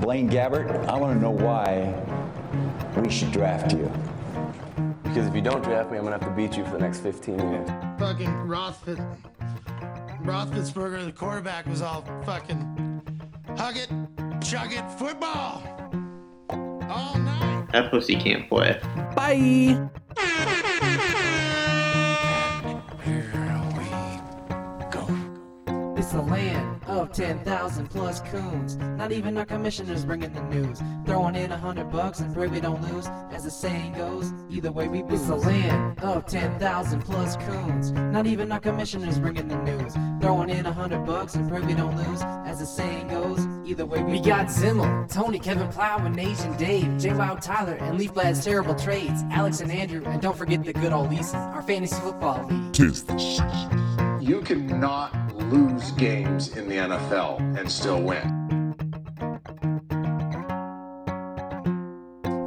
Blaine Gabbert, I want to know why we should draft you. Because if you don't draft me, I'm gonna have to beat you for the next 15 years. fucking Rothfus, Roethlisberger, the quarterback, was all fucking hug it, chug it, football all night. That pussy can't play. Bye. It's the land of 10,000 plus coons. Not even our commissioners bringing the news. Throwing in a hundred bucks and pray we don't lose. As the saying goes, either way we lose. It's the land of 10,000 plus coons. Not even our commissioners bringing the news. Throwing in a hundred bucks and pray we don't lose. As the saying goes, either way we, We got Zimmel, Tony, Kevin Plow, and Asian Dave, J. Wow Tyler, and Leaf Lad's Terrible Trades, Alex and Andrew, and don't forget the good old Leeson, our fantasy football league. You cannot lose games in the NFL and still win.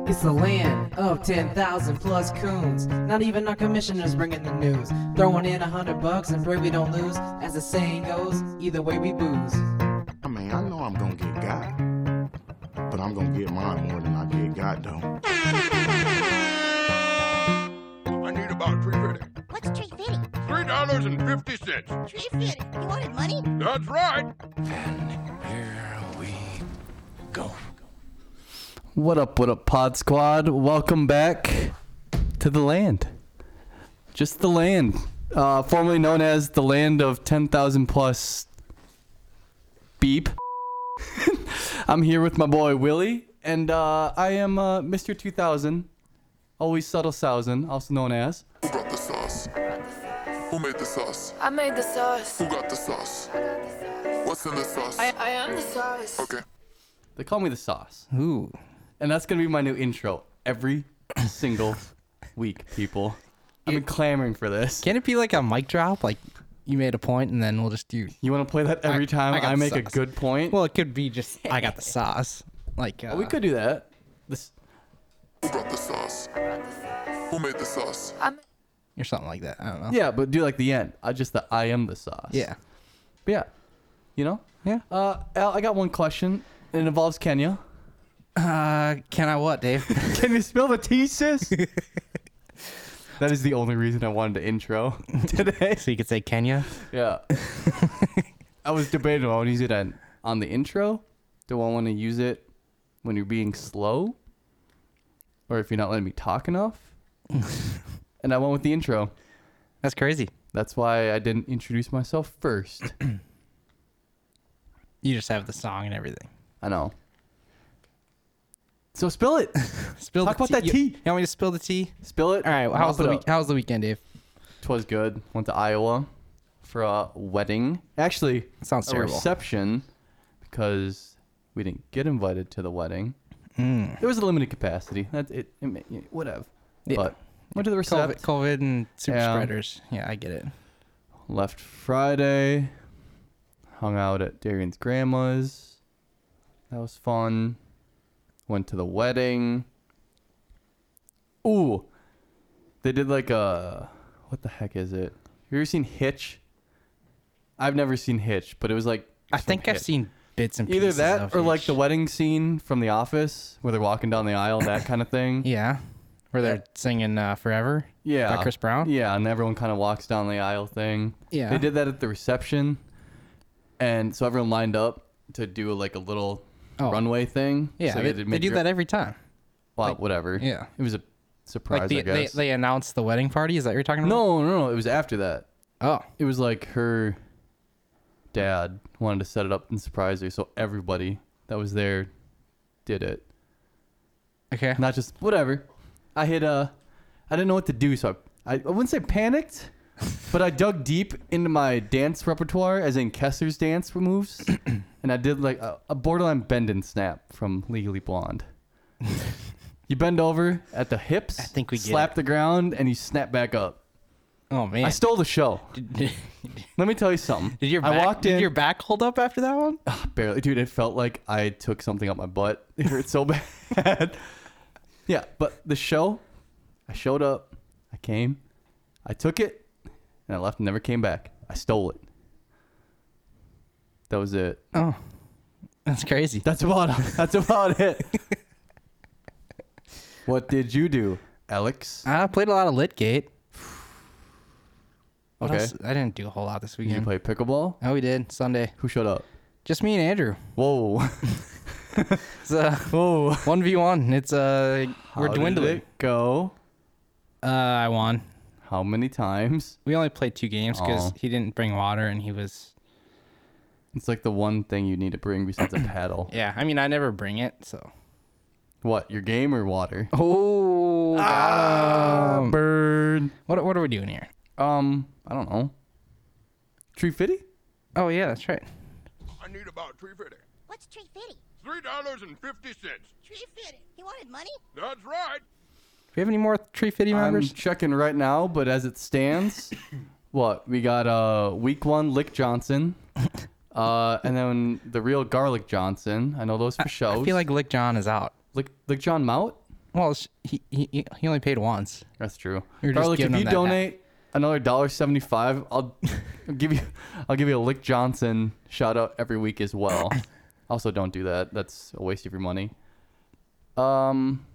It's the land of 10,000 plus coons. Not even our commissioners bringing the news. Throwing in a hundred bucks and pray we don't lose. As the saying goes, either way we booze. I mean, I know I'm gonna get got, but I'm gonna get mine more than I get got though. I need about three fifty. What's Tree Fitty? Three dollars and fifty cents. Tree Fitty. You wanted money? That's right. What up, what up, Pod Squad? Welcome back to the land. Just the land, uh, formerly known as the land of 10,000 plus beep. I'm here with my boy Willie, and uh, I am uh, Mr. 2000, always subtle thousand, also known as. Who got the sauce? Who made the sauce? I made the sauce. Who got the sauce? What's in the sauce? I, I am the sauce. Okay. They call me the sauce, Ooh. and that's gonna be my new intro every single week, people. I've been clamoring for this. Can it be like a mic drop? Like you made a point and then we'll just do. You want to play that every time I got I, make a sauce. good point? Well, it could be just I got the sauce. Like uh, we could do that. This Who got the sauce? Who made the sauce? or something like that. I don't know. yeah, but do like the end. I just the I am the sauce. Yeah. But yeah. You know? Yeah. Uh Al, I got one question. It involves Kenya. Uh, can I what, Dave? Can you spell the T sis? that is the only reason I wanted to intro today. so you could say Kenya. yeah. I was debating on use it on, on the intro. Do I want to use it when you're being slow? Or if you're not letting me talk enough? and I went with the intro. That's crazy. That's why I didn't introduce myself first. You just have the song and everything. I know. So spill it. Spill Talk the about that You- tea. You want me to spill the tea? Spill it. All right. Well, how was the week? How was the weekend, Dave? Twas good. Went to Iowa for a wedding. Actually, Sounds a terrible. reception because we didn't get invited to the wedding. There was a limited capacity. That it, it may- yeah, whatever. Yeah. But went to the reception. COVID, COVID and super Yeah. spreaders. Yeah, I get it. Left Friday. Hung out at Darian's grandma's. That was fun. Went to the wedding. Ooh. They did like a what the heck is it? Have you ever seen Hitch? I've never seen Hitch, but it was like I think I've Hitch. seen bits and either pieces that of or like each. the wedding scene from The Office where they're walking down the aisle, that kind of thing. Yeah, where they're singing uh, "Forever." Yeah. by Chris Brown. Yeah, and everyone kind of walks down the aisle thing. Yeah. They did that at the reception. And so everyone lined up to do like a little Oh. runway thing. yeah. So you they, had to they make do your- that every time. Well, whatever. yeah. It was a surprise, Like the, I guess. they they announce the wedding party. Is that what you're talking about? no, no, no. It was after that. Oh, It was like her dad wanted to set it up and surprise her. So everybody that was there did it. Oh, okay. Not just whatever. I hit uh I didn't know what to do, so I I wouldn't say panicked, but I dug deep into my dance repertoire, as in Kessler's dance moves, and I did like a, a borderline bend and snap from Legally Blonde. you bend over at the hips, I think we get slap it. the ground, and you snap back up. oh man. I stole the show. did Let me tell you something. your back, I walked in Did your back hold up after that one? barely, dude. It felt like I took something up my butt. It hurt so bad. yeah, but the show, I showed up, I came, I took it, and I left and never came back. I stole it. That was it. Oh, That's crazy. That's about that's about it. what did you do, Alex? I played a lot of Litgate. What Okay. else? I didn't do a whole lot this Did you weekend. play pickleball? Oh, we did Sunday. Who showed up? Just me and Andrew. Whoa. It's uh, one v one. It's uh, we're How did dwindling. it go. Uh, I won. How many times? We only played two games because Aw. he didn't bring water and he was. It's like the one thing you need to bring besides a paddle. Yeah, I mean, I never bring it, so. What? Your game or water? Oh, bird. What What are we doing here? Um, I don't know. Tree fitty? Oh yeah, that's right. I need about three fifty. What's Tree Fitty? Three dollars and fifty cents. Tree Fitty. He wanted money? That's right. Do we have any more Tree Fitty members? I'm checking right now, but as it stands, what we got? Uh, week one, Lick Johnson, uh, and then the real Garlic Johnson. I know those for shows. I feel like Lick John is out. Lick Lick John Mout. Well, it's- he he he- he only paid once. That's true. You're just Garlic, if giving him you that hat. donate another dollar seventy-five, I'll I'll give you I'll give you a Lick Johnson shout out every week as well. also, don't do that. That's a waste of your money. Um,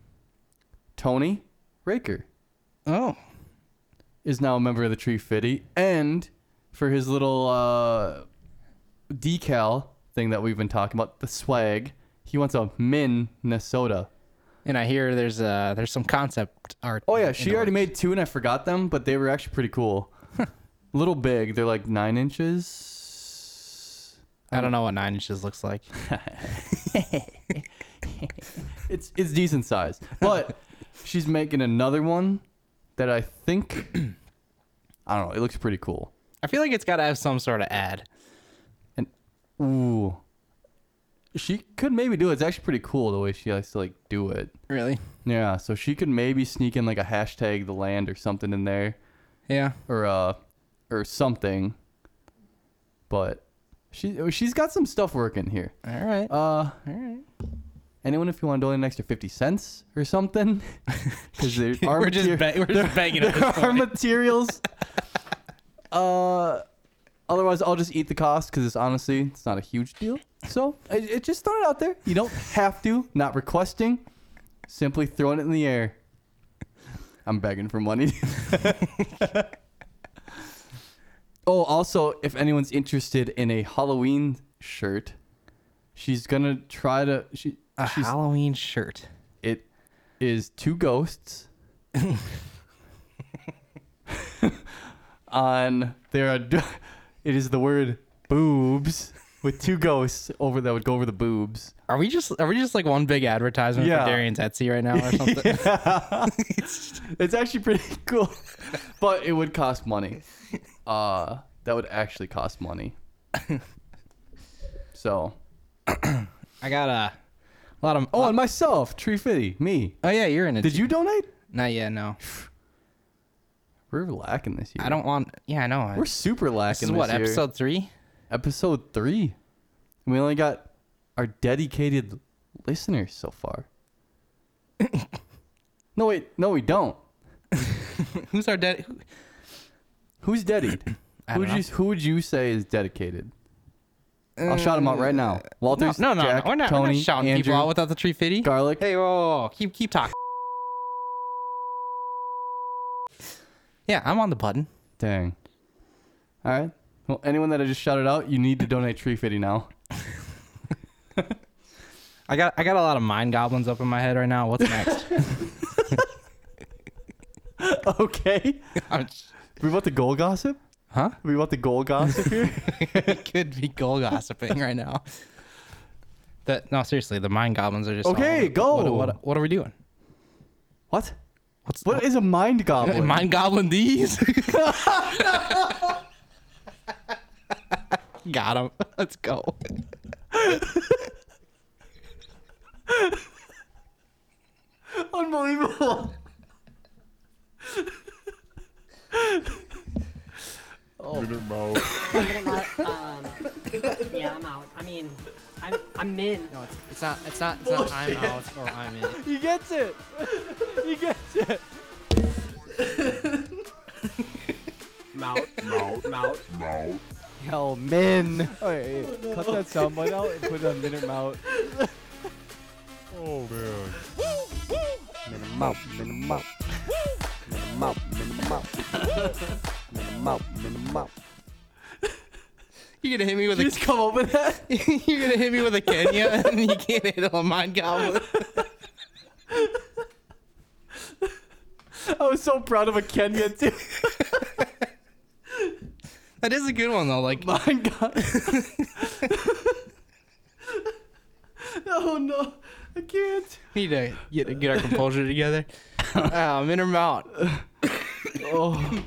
Tony Raker. Oh. Is now a member of the Tree Fitty, and for his little uh, decal thing that we've been talking about, the swag, he wants a Minnesota. And I hear there's uh there's some concept art. Oh yeah, she already made two, and I forgot them, but they were actually pretty cool. Little big, they're like nine inches. I don't know what nine inches looks like. it's it's decent size, but she's making another one that I think I don't know. It looks pretty cool. I feel like it's got to have some sort of ad. And ooh, she could maybe do it. It's actually pretty cool the way she likes to like do it. Really? Yeah. So she could maybe sneak in like a hashtag the land or something in there. Yeah. Or uh, or something. But she oh, she's got some stuff working here. All right. Uh. All right. Anyone, if you want to donate an extra fifty cents or something, because there are We're just materi- beg- we're just begging There at this are point. materials. uh, otherwise I'll just eat the cost because it's honestly it's not a huge deal. So I, it just throw it out there. You don't have to. Not requesting. Simply throwing it in the air. I'm begging for money. oh, also, if anyone's interested in a Halloween shirt, she's gonna try to. She A she's, Halloween shirt. It is two ghosts on there are d- it is the word boobs with two ghosts over that would go over the boobs. Are we just are we just like one big advertisement Yeah. for Darian's Etsy right now or something? it's, actually pretty cool, but it would cost money. Uh, that would actually cost money. So, I got a lot of oh, and myself, Tree Fitty, me. Oh yeah, you're in it. Did you donate? Not yet, no. We're lacking this year. I don't want. Yeah, I know. We're super lacking. is what, year. episode three. Episode three. We only got our dedicated listeners so far. no wait, no we don't. Who's our dead? Who- Who's dedicated? I who don't would you know. Uh, who would you say is dedicated? I'll shout them out right now. Walters, no, no, no, Jack, no. We're not, Tony, we're not shouting Andrew, people out without the tree fitty. Garlic. Hey, whoa, whoa, whoa, keep keep talking. Yeah, I'm on the button. Dang. All right. Well, anyone that I just shouted out, you need to donate tree fitty now. I got I got a lot of mind goblins up in my head right now. What's next? okay. we want the goal gossip? Huh? We want the goal gossip here? we could be goal gossiping right now. That no, seriously, the mind goblins are just all Okay, over- go. What, what, what are we doing? What? What's what is a mind goblin? Mind goblin these? Got him. Let's go. Unbelievable. Um, yeah, I'm out. I mean, I'm, I'm in. No, it's, It's not. It's not. It's not. I'm Bullshit. out or I'm in. He gets it. He gets it. Mout, mout, mout. Hell, men. Alright, cut that soundbite out and put it on minute mount. oh man. Minute mount, minute mount. Minute mount, minute mount. Minute mount, minute mount. You're gonna hit me with a just come over that. You're gonna hit me with a Kenya, and you can't handle a mind goblin. I was so proud of a Kenya too. that is a good one though. Like mind goblin. Oh no, I can't. Need to get get our composure together. Ah, minor mount. oh.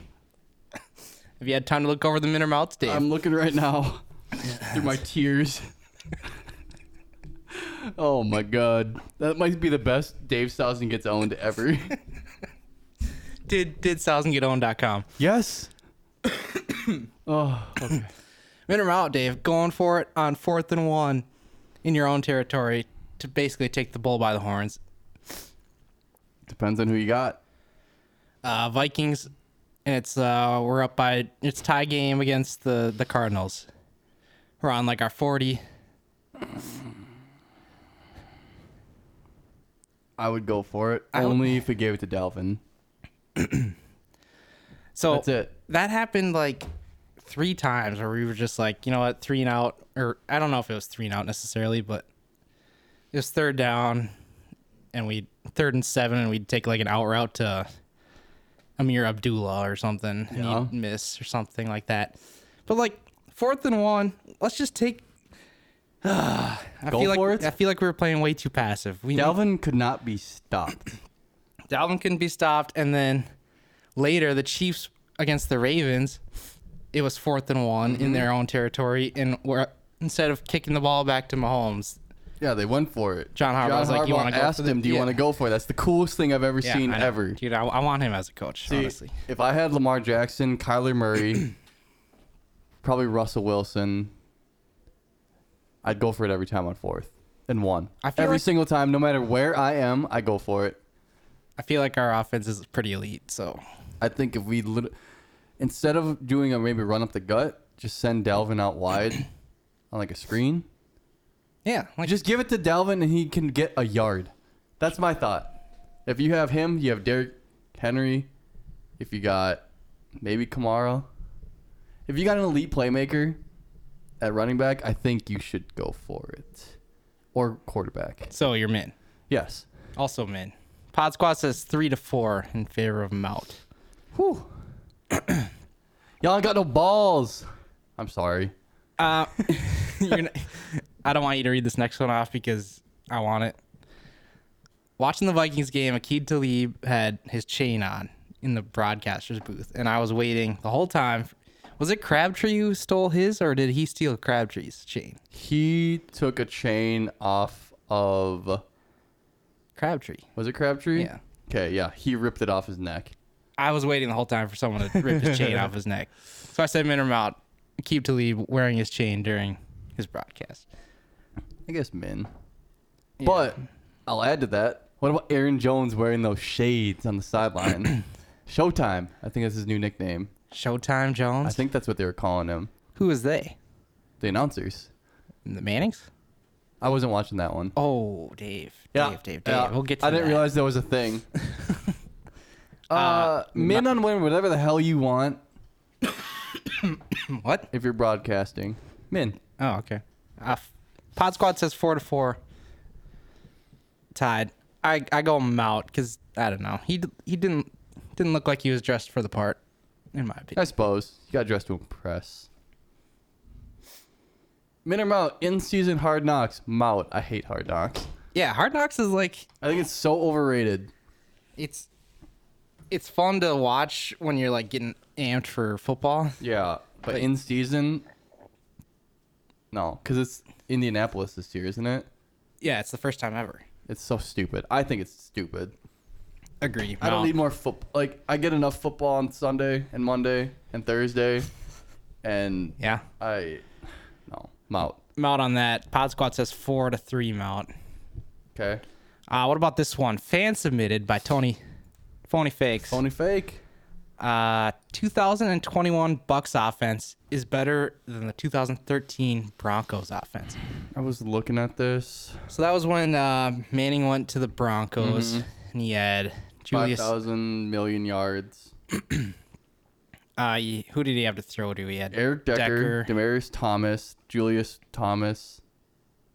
Have you had time to look over the minor mounts, Dave? I'm looking right now through my tears. oh my god, that might be the best Dave Sausen gets owned ever. did did salesandgetown.com. Yes. oh, okay. Minimum out, Dave. Going for it on fourth and one in your own territory to basically take the bull by the horns. Depends on who you got. Uh, Vikings, and it's uh, we're up by it's tie game against the the Cardinals. We're on like our forty. I would go for it I would- only if it gave it to Dalvin. So That's it. That happened like three times where we were just like, you know what, three and out, or I don't know if it was three and out necessarily, but it was third down, and we third and seven, and we'd take like an out route to Amir Abdullah or something, and he'd miss or something like that. But like fourth and one, let's just take. I Go feel for like it. I feel like we were playing way too passive. We Dalvin could not be stopped. Dalvin couldn't be stopped. And then later, the Chiefs against the Ravens, it was fourth and one Mm-hmm. in their own territory. And we're, instead of kicking the ball back to Mahomes, Yeah, they went for it. John Harbaugh was like, "You want to go?" asked for the-" him, "Do you Yeah. want to go for it?" That's the coolest thing I've ever Yeah, seen I know. ever. Dude, I, I want him as a coach. See, honestly, if I had Lamar Jackson, Kyler Murray, probably Russell Wilson, I'd go for it every time on fourth and one. I feel Every like- single time, no matter where I am, I go for it. I feel like our offense is pretty elite. So I think if we lit- instead of doing a maybe run up the gut, just send Dalvin out wide on like a screen. Yeah, just give it to Dalvin and he can get a yard. That's my thought. If you have him, you have Derrick Henry. If you got maybe Kamara, if you got an elite playmaker at running back, I think you should go for it or quarterback. so you're men. Yes. Also men. Pod Squad says three to four in favor of Mount. Whew. Y'all ain't got no balls. I'm sorry. Uh, you're n- I don't want you to read this next one off because I want it. Watching the Vikings game, Akeem Talib had his chain on in the broadcaster's booth, and I was waiting the whole time. Was it Crabtree who stole his, or did he steal Crabtree's chain? He took a chain off of Crabtree. Was it Crabtree? Yeah. Okay, yeah. He ripped it off his neck. I was waiting the whole time for someone to rip his chain off his neck. So I said, "Minimum out." Akeem Talib wearing his chain during his broadcast. I guess men. But I'll add to that. What about Aaron Jones wearing those shades on the sideline? Showtime. I think that's his new nickname. Showtime Jones? I think that's what they were calling him. Who is they? The announcers. The Mannings? I wasn't watching that one. Oh, Dave. Yeah. Dave, Dave, Dave. yeah. We'll get to I didn't that. realize that was a thing. uh, men on women, whatever the hell you want. what? If you're broadcasting. Men. Oh, okay. Uh, f- Pod Squad says four to four. Tied. I I go Mount because I don't know. He d- he didn't didn't look like he was dressed for the part, in my opinion. I suppose. You got dressed to impress. Men are Mout, in season hard knocks. Mout. I hate hard knocks. Yeah, Hard Knocks is like I think it's so overrated. it's it's fun to watch when you're like getting amped for football. Yeah, but in season, no, because it's Indianapolis this year, isn't it? Yeah, it's the first time ever. It's so stupid. I think it's stupid. Agree. I don't Mount. need more football. Like I get enough football on Sunday and Monday and Thursday, and yeah, I no I'm out. Mount on that. Pod Squad says four to three Mount. Okay. Uh, what about this one? Fan submitted by Tony Phony Fakes. Phony Fake. Uh, 2021 Bucks offense is better than the 2013 Broncos offense. I was looking at this. So that was when uh, Manning went to the Broncos Mhm. and he had Five Julius. thousand million yards. Uh, he- who did he have to throw to? He had Eric Decker, Demarius Thomas, Julius Thomas,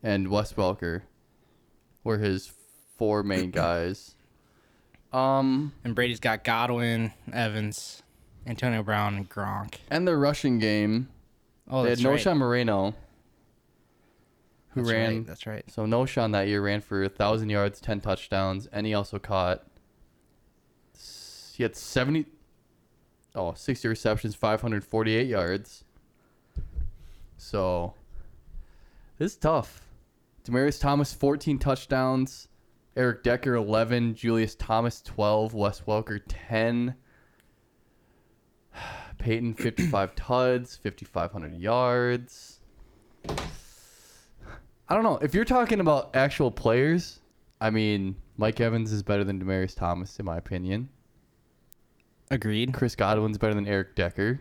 and Wes Welker were his four main guys. Um, and Brady's got Godwin, Evans, Antonio Brown, and Gronk. And their rushing game. Oh, they that's had right. Noshan Moreno, who That's ran. right, that's right. So Noshan that year ran for thousand yards, ten touchdowns, and he also caught. s- He had 70, oh, 60 receptions, five hundred forty-eight yards. So, this is tough. Demarius Thomas, fourteen touchdowns. Eric Decker, eleven. Julius Thomas, twelve. Wes Welker, ten. Peyton, 55 tuds, 5,500 yards. I don't know. If you're talking about actual players, I mean, Mike Evans is better than Demarius Thomas, in my opinion. Agreed. Chris Godwin's better than Eric Decker.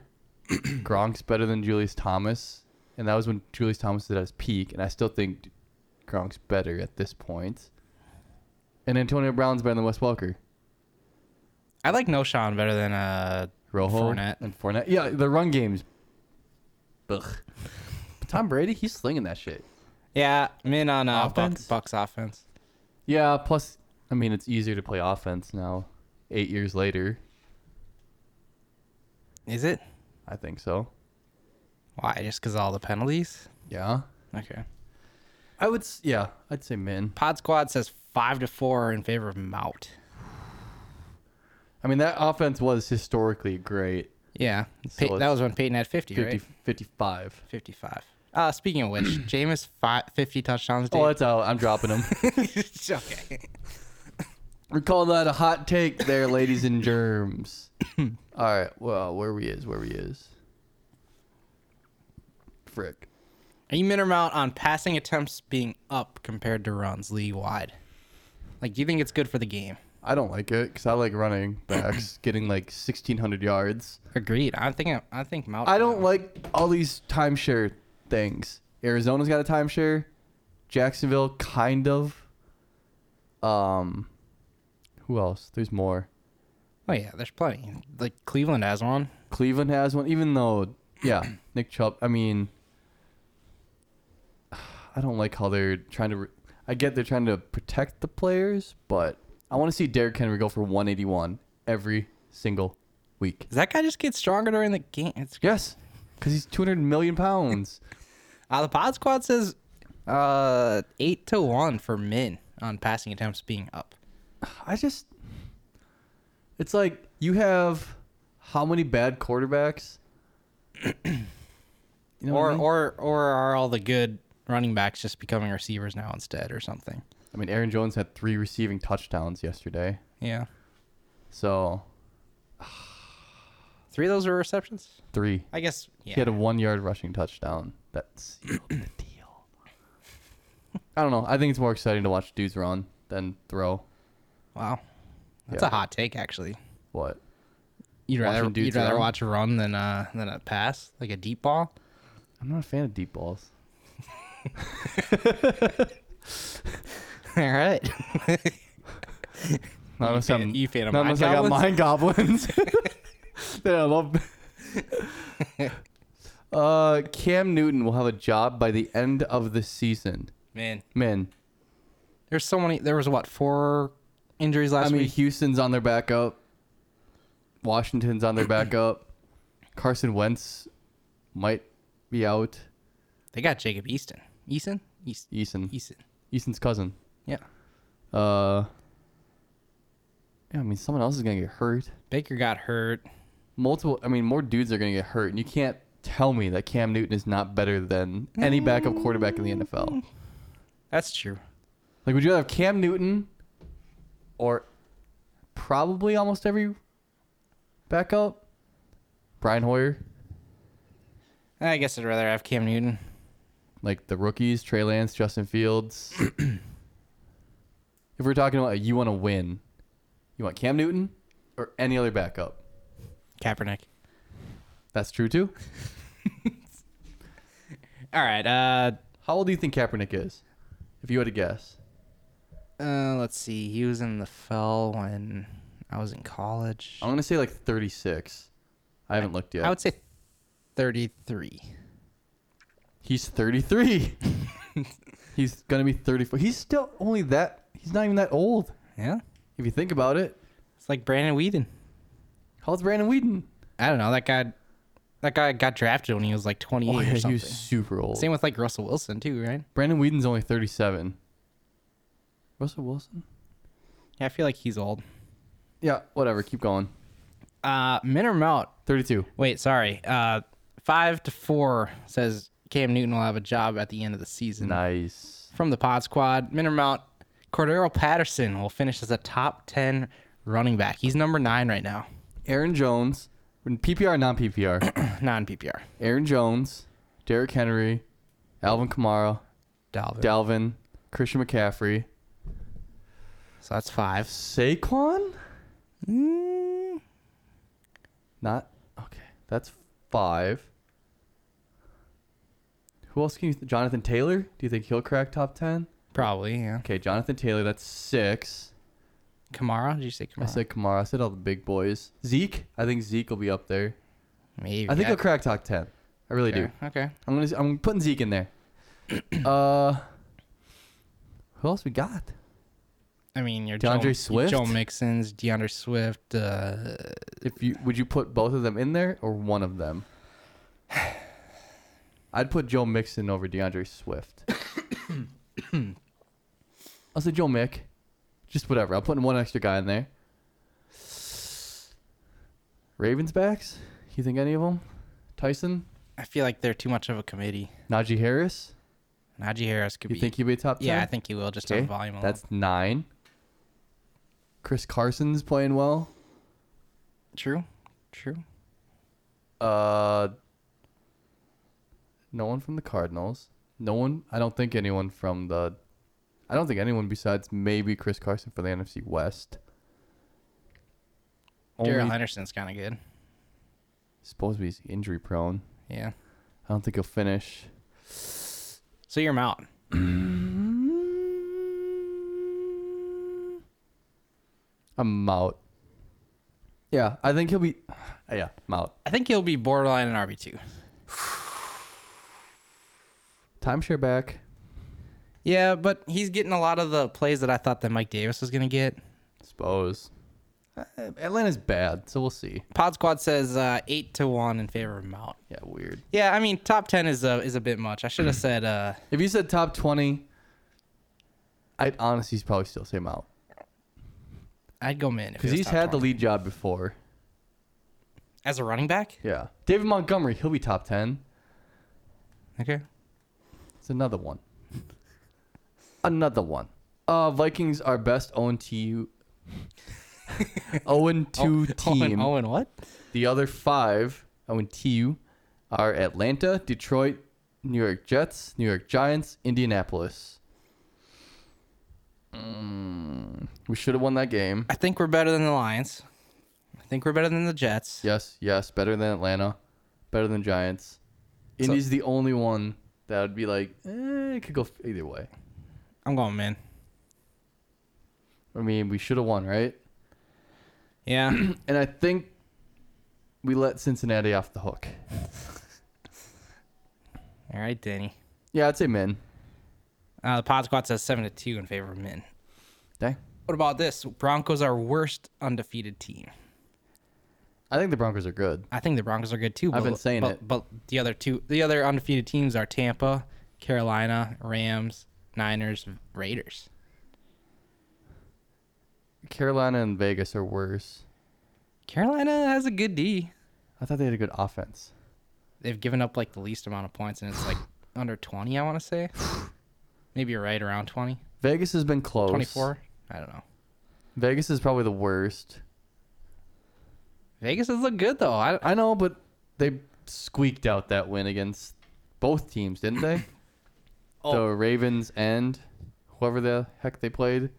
Gronk's better than Julius Thomas. And that was when Julius Thomas was at his peak. And I still think Gronk's better at this point. And Antonio Brown's better than Wes Welker. I like Noshan better than uh, Rojo Mm. Fournette. and Fournette. Yeah, the run game's. Ugh. Tom Brady, he's slinging that shit. Yeah, I'm in on uh, Buck- Offense? Bucks offense. Yeah. Plus, I mean, it's easier to play offense now. Eight years later. Is it? I think so. Why? Just because all the penalties? Yeah. Okay. I would. s- Yeah, I'd say min. Pod Squad says five to four in favor of Mount. I mean, that offense was historically great. Yeah, So Pey- that it's was when Peyton had 50, right? 55. 55. Uh, speaking of which, Jameis fi- 50 touchdowns. Dude. Oh, it's out. I'm dropping him. okay. We call that a hot take, there, ladies and germs. All right. Well, where we is? Where we is? Frick. Are you mid or mount on passing attempts being up compared to runs league wide? Like, do you think it's good for the game? I don't like it because I like running backs getting like 1,600 yards. Agreed. I think I think Mount. I don't like all these timeshare things. Arizona's got a timeshare. Jacksonville, kind of. Um, who else? There's more. Oh yeah, there's plenty. Like Cleveland has one. Cleveland has one, even though, yeah, Nick Chubb. I mean, I don't like how they're trying to. Re- I get they're trying to protect the players, but I want to see Derrick Henry go for 181 every single week. Does that guy just get stronger during the game? It's yes, because he's 200 million pounds. Uh, the pod squad says uh, eight to one for men on passing attempts being up. I just it's like you have how many bad quarterbacks? You know what or I mean? or or are all the good running backs just becoming receivers now instead or something? I mean, Aaron Jones had three receiving touchdowns yesterday. Yeah. So Three of those were receptions. three. I guess- he had a yeah. one-yard rushing touchdown. That sealed the deal. I don't know. I think it's more exciting to watch dudes run than throw. Wow, that's Yeah. a hot take actually. What? You'd rather Watching you'd dudes rather run? watch a run than uh than a pass like a deep ball. I'm not a fan of deep balls. All right. Not unless I'm you fan of not mind unless I got goblins? mind goblins. then I love. uh, Cam Newton will have a job by the end of the season. Man. man. There's so many. There was what four injuries last I mean, week. Houston's on their backup. Washington's on their backup. Carson Wentz might be out. They got Jacob Easton. Easton. Easton. Eason. Eason. Eason's cousin. Yeah. Uh. Yeah, I mean, someone else is gonna get hurt. Baker got hurt. Multiple. I mean, more dudes are gonna get hurt, and you can't tell me that Cam Newton is not better than any backup quarterback in the NFL. That's true. Like, would you rather have Cam Newton or probably almost every backup? Brian Hoyer, I guess I'd rather have Cam Newton. like the rookies, Trey Lance, Justin Fields. if we're talking about you want to win, you want Cam Newton or any other backup? Kaepernick. That's true too. All right. Uh, How old do you think Kaepernick is? If you had to guess, Uh, let's see. He was in the fell when I was in college. I'm gonna say like 36. I haven't looked yet. I would say 33. He's 33. he's gonna be 34. He's still only that. He's not even that old. Yeah. If you think about it, it's like Brandon Whedon. How old's Brandon Whedon? I don't know. That guy, that guy got drafted when he was like 28 Oh, yeah, or he something. was super old. Same with like Russell Wilson too, right? Brandon Whedon's only 37. Russell Wilson? Yeah, I feel like he's old. Yeah, whatever. Keep going. Uh, min or mount? 32. Wait, sorry. Uh, five to four says Cam Newton will have a job at the end of the season. Nice. From the pod squad, min or mount? Cordero Patterson will finish as a top 10 running back. He's number nine right now. Aaron Jones, PPR, non PPR. non PPR. Aaron Jones, Derrick Henry, Alvin Kamara, Dalvin, Dalvin Christian McCaffrey. So that's five. Saquon? Mm, Not okay. That's five. Who else can you? Th- Jonathan Taylor? Do you think he'll crack top ten? Probably. Yeah. Okay, Jonathan Taylor. That's six. Kamara? Did you say Kamara? I said Kamara. I said all the big boys. Zeke. I think Zeke will be up there. Maybe. I think I- he'll crack top ten. I really Okay, do. okay. I'm gonna. s- I'm putting Zeke in there. uh, who else we got? I mean, your DeAndre Joe, your Swift? Joe Mixon's, DeAndre Swift. Uh, If you would you put both of them in there or one of them? I'd put Joe Mixon over DeAndre Swift. I'll say Joe Mick. Just whatever. I'm putting one extra guy in there. Ravens backs? You think any of them? Tyson? I feel like they're too much of a committee. Najee Harris? Najee Harris could You be. think he'll be top 10? Yeah, I think he will just on Okay, volume alone. That's nine. Chris Carson's playing well. true. True. Uh, no one from the Cardinals. No one. I don't think anyone from the. I don't think anyone besides maybe Chris Carson for the NFC West. Daryl Only- Henderson's kind of good. Supposed to be injury prone. Yeah. I don't think he'll finish. So you're out. I'm out. Yeah, I think he'll be. Yeah, I'm out. I think he'll be borderline in RB two. Timeshare back. Yeah, but he's getting a lot of the plays that I thought that Mike Davis was gonna get. Suppose. Uh, Atlanta's bad, so we'll see. Pod Squad says uh, eight to one in favor of Mount. Yeah, weird. Yeah, I mean top ten is a is a bit much. I should have said uh, If you said top 20, I'd honestly probably still say Mount. I'd go min if Because it was he's top had the 20. lead job before. as a running back. Yeah. David Montgomery, he'll be top 10. Okay. It's another one. another one. Uh, Vikings are best owned to you. 0 2 team. Oh, and what? The other five, Owen TU, are Atlanta, Detroit, New York Jets, New York Giants, Indianapolis. Mm, we should have won that game. I think we're better than the Lions. I think we're better than the Jets. Yes, yes, better than Atlanta, better than Giants. So- Indy's the only one that would be like, eh, it could go either way. I'm going min. I mean, we should have won, right? Yeah. And I think we let Cincinnati off the hook. All right, Danny. Yeah, I'd say min. Uh, the Pod Squad says seven to two in favor of min. Dang. What about this? Broncos are worst undefeated team. I think the Broncos are good. I think the Broncos are good too. I've been saying but, it. But the other two, the other undefeated teams are Tampa, Carolina, Rams, Niners, Raiders. Carolina and Vegas are worse. Carolina has a good D. I thought they had a good offense. They've given up like the least amount of points, and it's like under twenty. I want to say, maybe right around 20, Vegas has been close. 24. I don't know. Vegas is probably the worst. Vegas has looked good though. I, I know, but they squeaked out that win against both teams, didn't they? Oh. The Ravens and whoever the heck they played.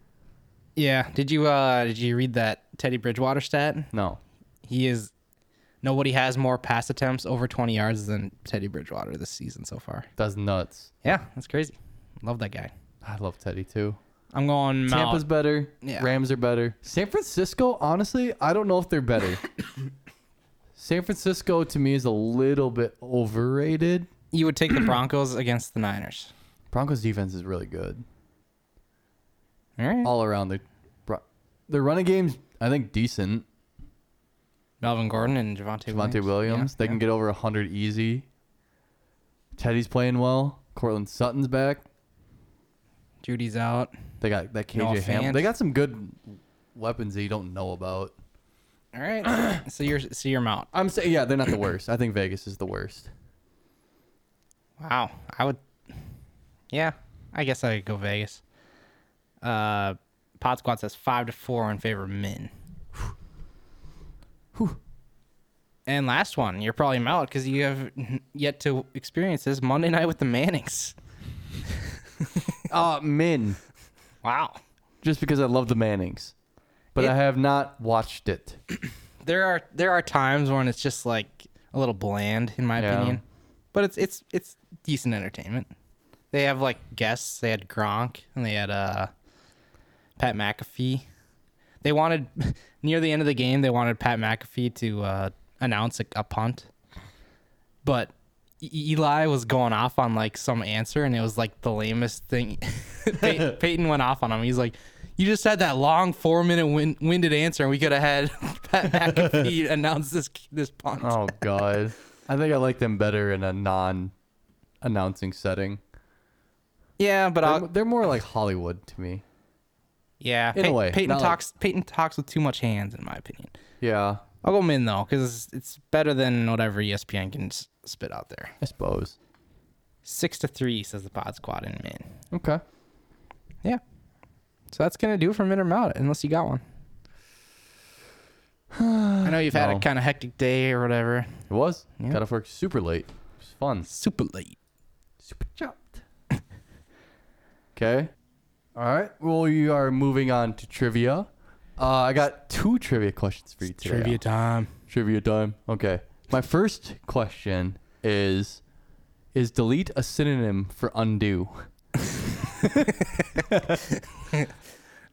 yeah. Did you uh did you read that Teddy Bridgewater stat? No. He is Nobody has more pass attempts over 20 yards than Teddy Bridgewater this season so far. That's nuts. Yeah, that's crazy. Love that guy. I love Teddy too. I'm going Mount. Tampa's better. Yeah. Rams are better. San Francisco, honestly, I don't know if they're better. San Francisco to me is a little bit overrated. You would take the Broncos against the Niners. Broncos defense is really good. All right. All around the Bro- their running game's I think decent. Melvin Gordon and Javante Williams. Devontae Williams, Yeah, they yeah. can get over 100 easy. Teddy's playing well. Cortland Sutton's back. Judy's out. They got that KJ Noah Hamilton. Fant. They got some good weapons that you don't know about. All right. so you're so you're Mount. I'm saying, yeah, they're not the worst. I think Vegas is the worst. Wow. I would Yeah, I guess I could go Vegas. Uh Pod Squad says five to four in favor of Min. And last one, you're probably out because you have yet to experience this Monday night with the Mannings. Uh, Min. Wow. Just because I love the Mannings, but I It- have not watched it. There are there are times when it's just like a little bland in my Yeah. opinion, but it's it's it's decent entertainment. They have like guests. They had Gronk and they had uh, Pat McAfee. They wanted near the end of the game. They wanted Pat McAfee to uh, announce a, a punt, but E- Eli was going off on like some answer, and it was like the lamest thing. Pey- Peyton went off on him. He's like, "You just had that long four minute win- winded answer, and we could have had Pat McAfee announce this this punt." Oh God, I think I like them better in a non-announcing setting. Yeah, but they're, I'll, they're more like Hollywood to me. yeah, in a Pey- way, Peyton not like- talks. Peyton talks with too much hands, in my opinion. Yeah, I'll go Min though, because it's better than whatever ESPN can s- spit out there. I suppose. Six to three says the Pod Squad in Min. Okay. Yeah, so that's gonna do it for Min or Mount, unless you got one. I know you've had a No. kind of hectic day or whatever. It was. Yeah. Got off work super late. It was fun. Super late. Super chopped. okay. All right. Well, we are moving on to trivia. Uh, I got two trivia questions for you today. Trivia time. Trivia time. Okay. My first question is Is delete a synonym for undo?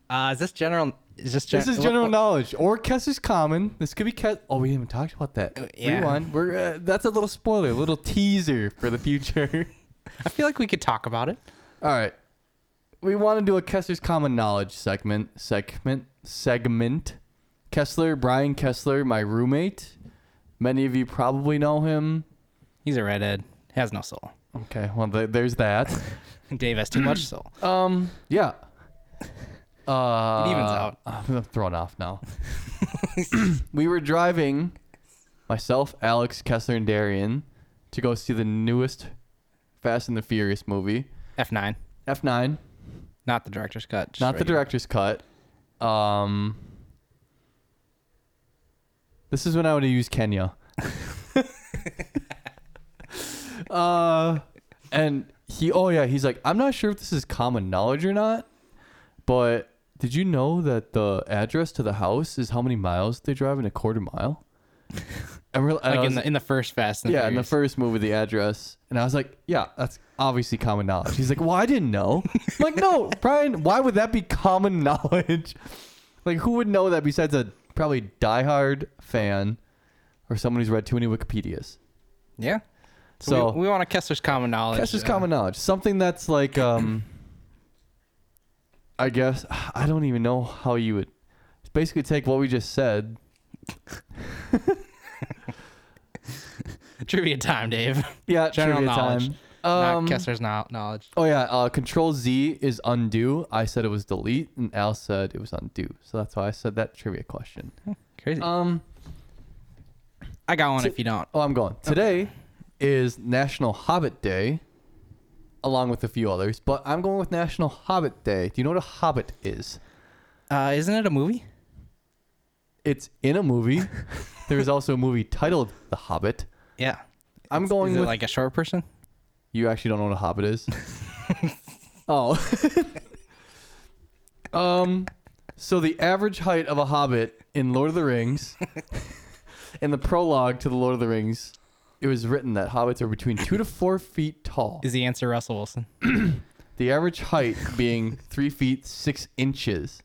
Uh, is this general? Is this, gen- This is general knowledge. Or Kess is common. This could be Kess. Oh, we haven't talked about that. Oh, yeah. Rewind. We're, uh, that's a little spoiler, a little teaser for the future. I feel like we could talk about it. All right. We want to do a Kessler's Common Knowledge segment. Segment. Segment. Kessler, Brian Kessler, my roommate. Many of you probably know him. He's a redhead. Has no soul. Okay, well, th- there's that. Dave has too much soul. Um, yeah. Uh, It evens out. I'm thrown off now. we were driving, myself, Alex, Kessler, and Darian, to go see the newest Fast and the Furious movie, F nine, F9. not the director's cut. just not the regular. director's cut. Um, this is when I would have used Kenya. uh, and he, oh yeah, he's like, I'm not sure if this is common knowledge or not, but did you know that the address to the house is how many miles they drive in a quarter mile? And we're, and I Like in was- the in the first Fast and yeah, in the Furious. first movie, the address, and I was like, "Yeah, that's obviously common knowledge." He's like, "Well, I didn't know." I'm like, "No, Brian, why would that be common knowledge? Like, who would know that besides a probably diehard fan or someone who's read too many Wikipedias?" Yeah. So So- we, we want a Kessler's common knowledge. That's just uh, common knowledge. Something that's like, um, I guess I don't even know how you would basically take what we just said. trivia time, Dave. Yeah, General trivia knowledge. time. not Um, Kessler's know- knowledge. Oh yeah, uh, Control Z is undo. I said it was delete, and Al said it was undo. So that's why I said that trivia question. Crazy. Um. Uh, I got one if you don't. Oh, I'm going. Today is National Hobbit Day, along with a few others, but I'm going with National Hobbit Day. Do you know what a Hobbit is? Uh, isn't it a movie? It's in a movie. there is also a movie titled The Hobbit. Yeah. I'm going Is it with like a short person? You actually don't know what a hobbit is? oh. um so the average height of a hobbit in Lord of the Rings in the prologue to the Lord of the Rings, it was written that hobbits are between two to four feet tall. Is the answer Russell Wilson? the average height being three feet six inches.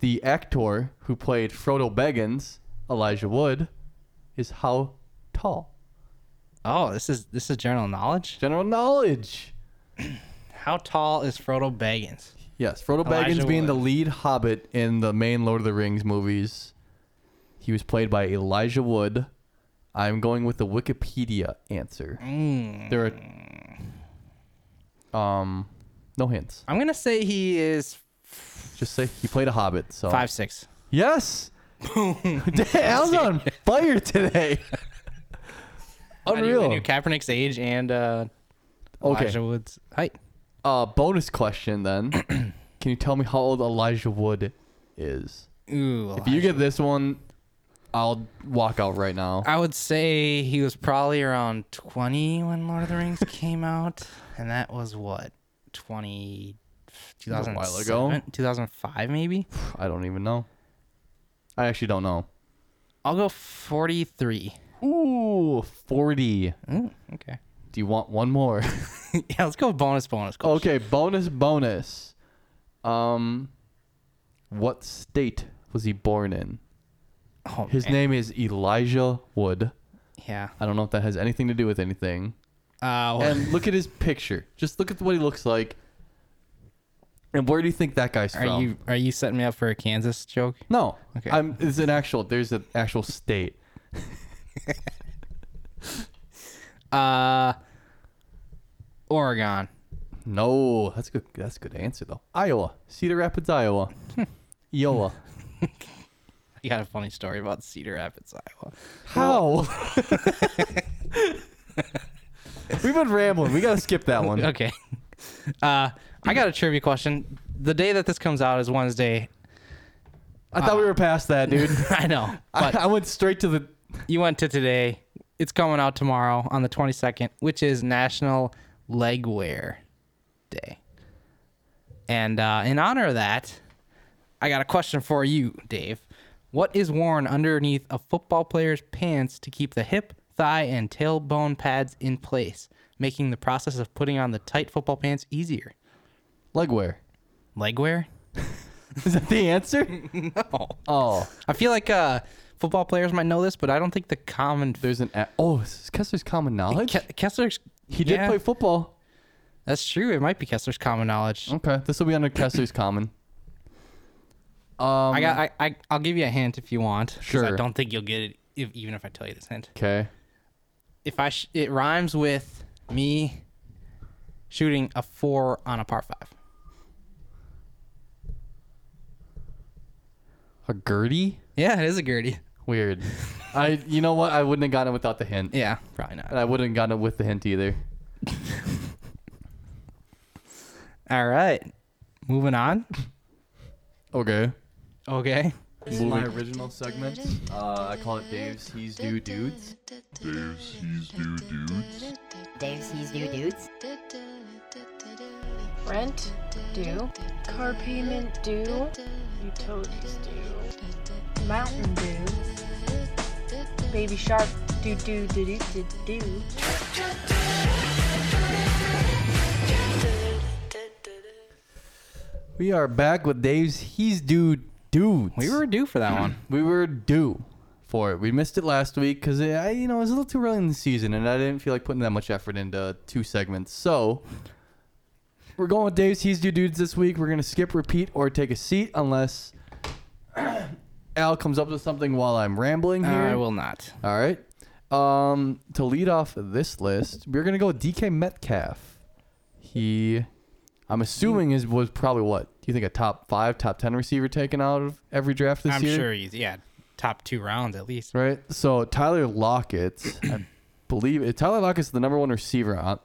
The actor who played Frodo Baggins, Elijah Wood, is how tall? Oh, this is this is general knowledge. General knowledge. How tall is Frodo Baggins? Yes, Frodo Elijah Baggins being the Wood. lead hobbit in the main Lord of the Rings movies. He was played by Elijah Wood. I'm going with the Wikipedia answer. Mm. There are um no hints. I'm gonna say he is Just say he played a hobbit, so five six. Yes. Boom. Al's on fire today. I knew, I Unreal. knew Kaepernick's age and uh, Okay. Elijah Woods. Hi. Uh bonus question then. Can you tell me how old Elijah Wood is? Ooh, If you get this one, I'll walk out right now. I would say he was probably around 20 when Lord of the Rings came out, and that was what 20 That was a 2007, while ago. 2005 maybe. I don't even know. I actually don't know. I'll go 43. Ooh, 40. okay. Do you want one more? yeah, let's go bonus bonus. Okay, bonus bonus. Um what state was he born in? Oh, His man. name is Elijah Wood. Yeah. I don't know if that has anything to do with anything. Uh, well- and look at his picture. Just look at what he looks like. And where do you think that guy's Are from? you are you setting me up for a Kansas joke? No. Okay. I'm, it's an actual. There's an actual state. Uh Oregon. No, that's good. That's a good answer though. Iowa, Cedar Rapids, Iowa, Iowa. I got a funny story about Cedar Rapids, Iowa. How? We've been rambling. We gotta skip that one. Okay. Uh, I got a trivia question. The day that this comes out is Wednesday. I thought we were past that, dude. I know. I, But I went straight to the. you went to today. It's coming out tomorrow on the 22nd, which is National Legwear Day. And uh, in honor of that, I got a question for you, Dave. What is worn underneath a football player's pants to keep the hip, thigh, and tailbone pads in place, making the process of putting on the tight football pants easier? Legwear. Legwear? Is that the answer? no. Oh. I feel like uh, football players might know this, but I don't think the common there's an a- oh is Kessler's common knowledge. Kessler's he did yeah. play football. That's true. It might be Kessler's common knowledge. Okay, this will be under Kessler's common. Um, I got. I, I. I'll give you a hint if you want. 'cause I Sure. don't think you'll get it, if, even if I tell you this hint. Okay. If I. Sh- it rhymes with me shooting a four on a par five. A Gertie? Yeah, it is a Gertie. Weird. I you know what? I wouldn't have gotten it without the hint. Yeah, probably not. And I wouldn't have gotten it with the hint either. All right. Moving on. Okay. Okay. This is my original segment. Uh, I call it Dave's He's New Dudes. Dave's He's New Dudes. Dave's He's New Dudes. Rent due, car payment due, utilities due, Mountain Dew, Baby Shark doo doo doo doo doo doo. We are back with Dave's He's Due Dudes. We were due for that one. we were due for it. We missed it last week because I, you know, it was a little too early in the season, and I didn't feel like putting that much effort into two segments. So we're going with Dave's He's Due Dudes this week. We're gonna skip, repeat, or take a seat unless Al comes up with something while I'm rambling here. Uh, I will not. All right. Um, to lead off this list, we're gonna go with DK Metcalf. He, I'm assuming is was probably what do you think a top five, top ten receiver taken out of every draft this I'm year? sure he's yeah, top two rounds at least. Right. So Tyler Lockett, I believe it, Tyler Lockett's the number one receiver. On,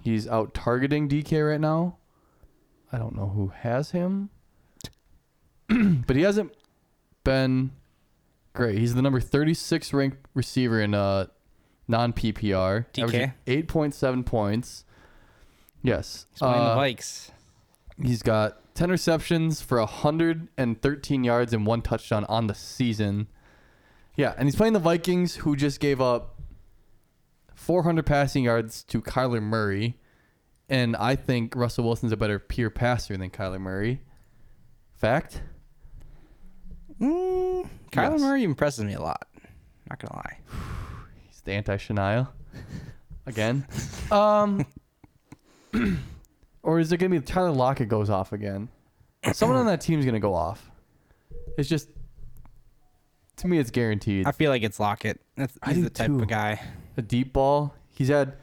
he's out targeting DK right now. I don't know who has him, but he hasn't been great. He's the number 36 ranked receiver in uh, non PPR. DK? 8.7 points. Yes. He's playing the Uh, Vikes. He's got 10 receptions for 113 yards and one touchdown on the season. Yeah, and he's playing the Vikings, who just gave up 400 passing yards to Kyler Murray, and I think Russell Wilson's a better pure passer than Kyler Murray. Fact. Kyler Yes. Murray impresses me a lot. Not gonna lie. He's the anti Shania. Again. um Or is it gonna be Tyler Lockett goes off again? Someone on that team's gonna go off. It's just to me it's guaranteed. I feel like it's Lockett. That's, I he's do the type too. of guy. A deep ball. He's had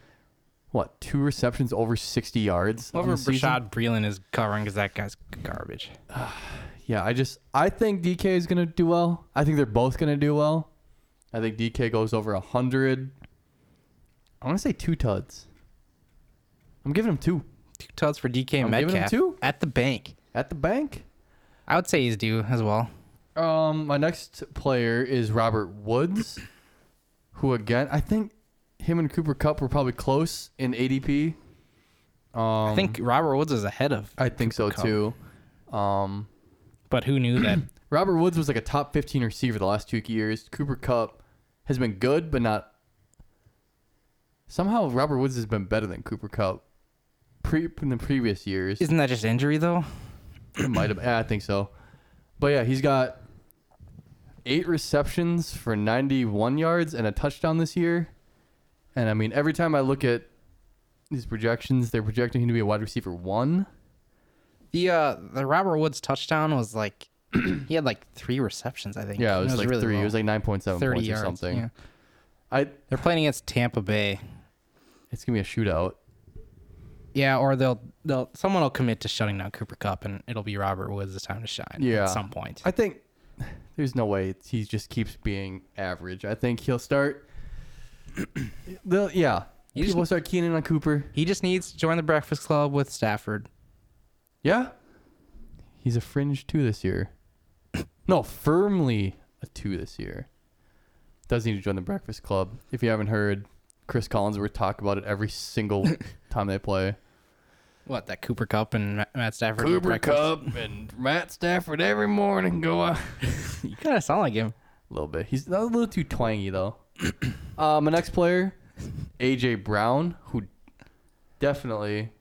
what, two receptions over sixty yards. on Whoever the season? Brashad Breeland is covering, because that guy's garbage. Yeah, I just I think DK is gonna do well. I think they're both gonna do well. I think DK goes over hundred. I want to say two tuds. I'm giving him two. Two tuds for DK I'm giving him Metcalf. two? at the bank. At the bank. I would say he's due as well. Um, my next player is Robert Woods, who again I think him and Cooper Cup were probably close in ADP. Um, I think Robert Woods is ahead of. I think so Kupp. too. Um, but who knew that? Robert Woods was like a top 15 receiver the last two years. Cooper Cup has been good, but not. Somehow Robert Woods has been better than Cooper Cup pre in the previous years. Isn't that just injury though? It might have. Yeah, I think so. But yeah, he's got eight receptions for 91 yards and a touchdown this year. And I mean, every time I look at these projections, they're projecting him to be a wide receiver one. The uh the Robert Woods touchdown was like he had like three receptions, I think. Yeah, it And was, like really three. It low. was like 9.7 30 points yards, or something. yeah. I They're playing against Tampa Bay. It's gonna be a shootout. Yeah, or they'll they'll someone will commit to shutting down Cooper Cup and it'll be Robert Woods the time to shine. Yeah. At some point. I think there's no way it's- he just keeps being average. I think he'll start. the yeah, You just- people start keying in on Cooper. He just needs to join the Breakfast Club with Stafford. Yeah, he's a fringe two this year. No, firmly a two this year. Does need to join the Breakfast Club. If you haven't heard, Chris Collinsworth talk about it every single time they play. What, that Cooper Cup and Ma- Matt Stafford? Cooper breakfast? Cup and Matt Stafford every morning go out. You kinda sound like him. A little bit. He's a little too twangy though. uh, my next player, AJ Brown, who definitely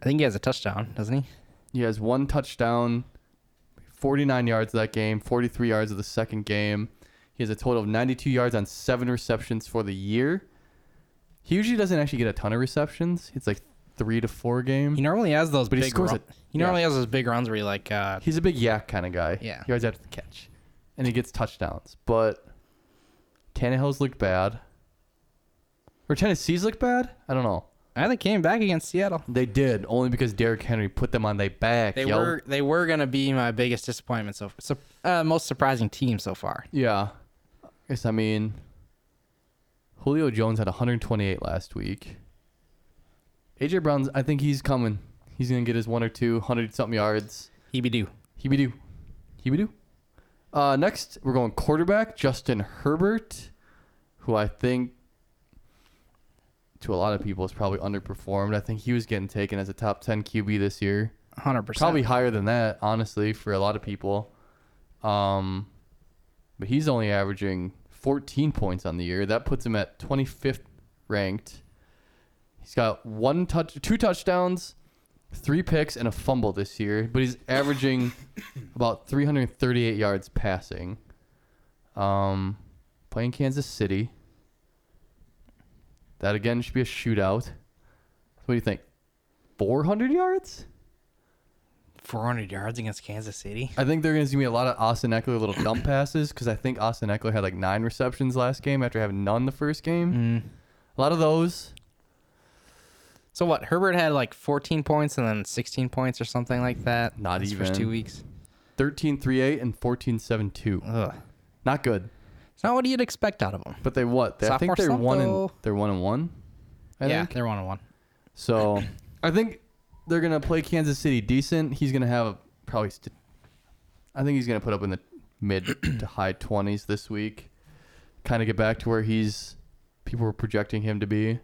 I think he has a touchdown, doesn't he? he has one touchdown, 49 yards of that game, 43 yards of the second game. He has a total of 92 yards on seven receptions for the year. He usually doesn't actually get a ton of receptions. It's like three to four game. He normally has those But he big scores run- it. He normally has those big runs where you like uh He's a big yak kind of guy. Yeah. Yards after the catch. And he gets touchdowns. But Tannehill's looked bad. Or Tennessee's looked bad? I don't know. I think came back against Seattle. They did, only because Derrick Henry put them on their back. They yo. were they were gonna be my biggest disappointment so so uh, most surprising team so far. Yeah. I guess I mean Julio Jones had 128 last week. AJ Brown's I think he's coming. He's gonna get his one or two hundred something yards. He be do. He be do. He be do. Uh, next, we're going quarterback Justin Herbert, who I think to a lot of people is probably underperformed. I think he was getting taken as a top 10 QB this year. Hundred percent. Probably higher than that, honestly, for a lot of people. Um, but he's only averaging 14 points on the year. That puts him at 25th ranked. He's got one touch, two touchdowns, three picks, and a fumble this year. But he's averaging about 338 yards passing. Um, playing Kansas City. That again should be a shootout. What do you think? 400 yards? four hundred yards against Kansas City. I think there's gonna be a lot of Austin Eckler little dump passes because I think Austin Eckler had like nine receptions last game after having none the first game. A lot of those. So what? Herbert had like 14 points and then 16 points or something like that. Not his even. First two weeks. 13 3 8 and 14 7 2. Ugh. Not good. It's not what you'd expect out of him. But they what? They, I Sophomore think they're slump, one and though. they're one and one. I yeah, think. they're one on one. So I think they're gonna play Kansas City decent. He's gonna have a, probably. St- I think he's gonna put up in the mid to high twenties this week. Kind of get back to where he's people were projecting him to be.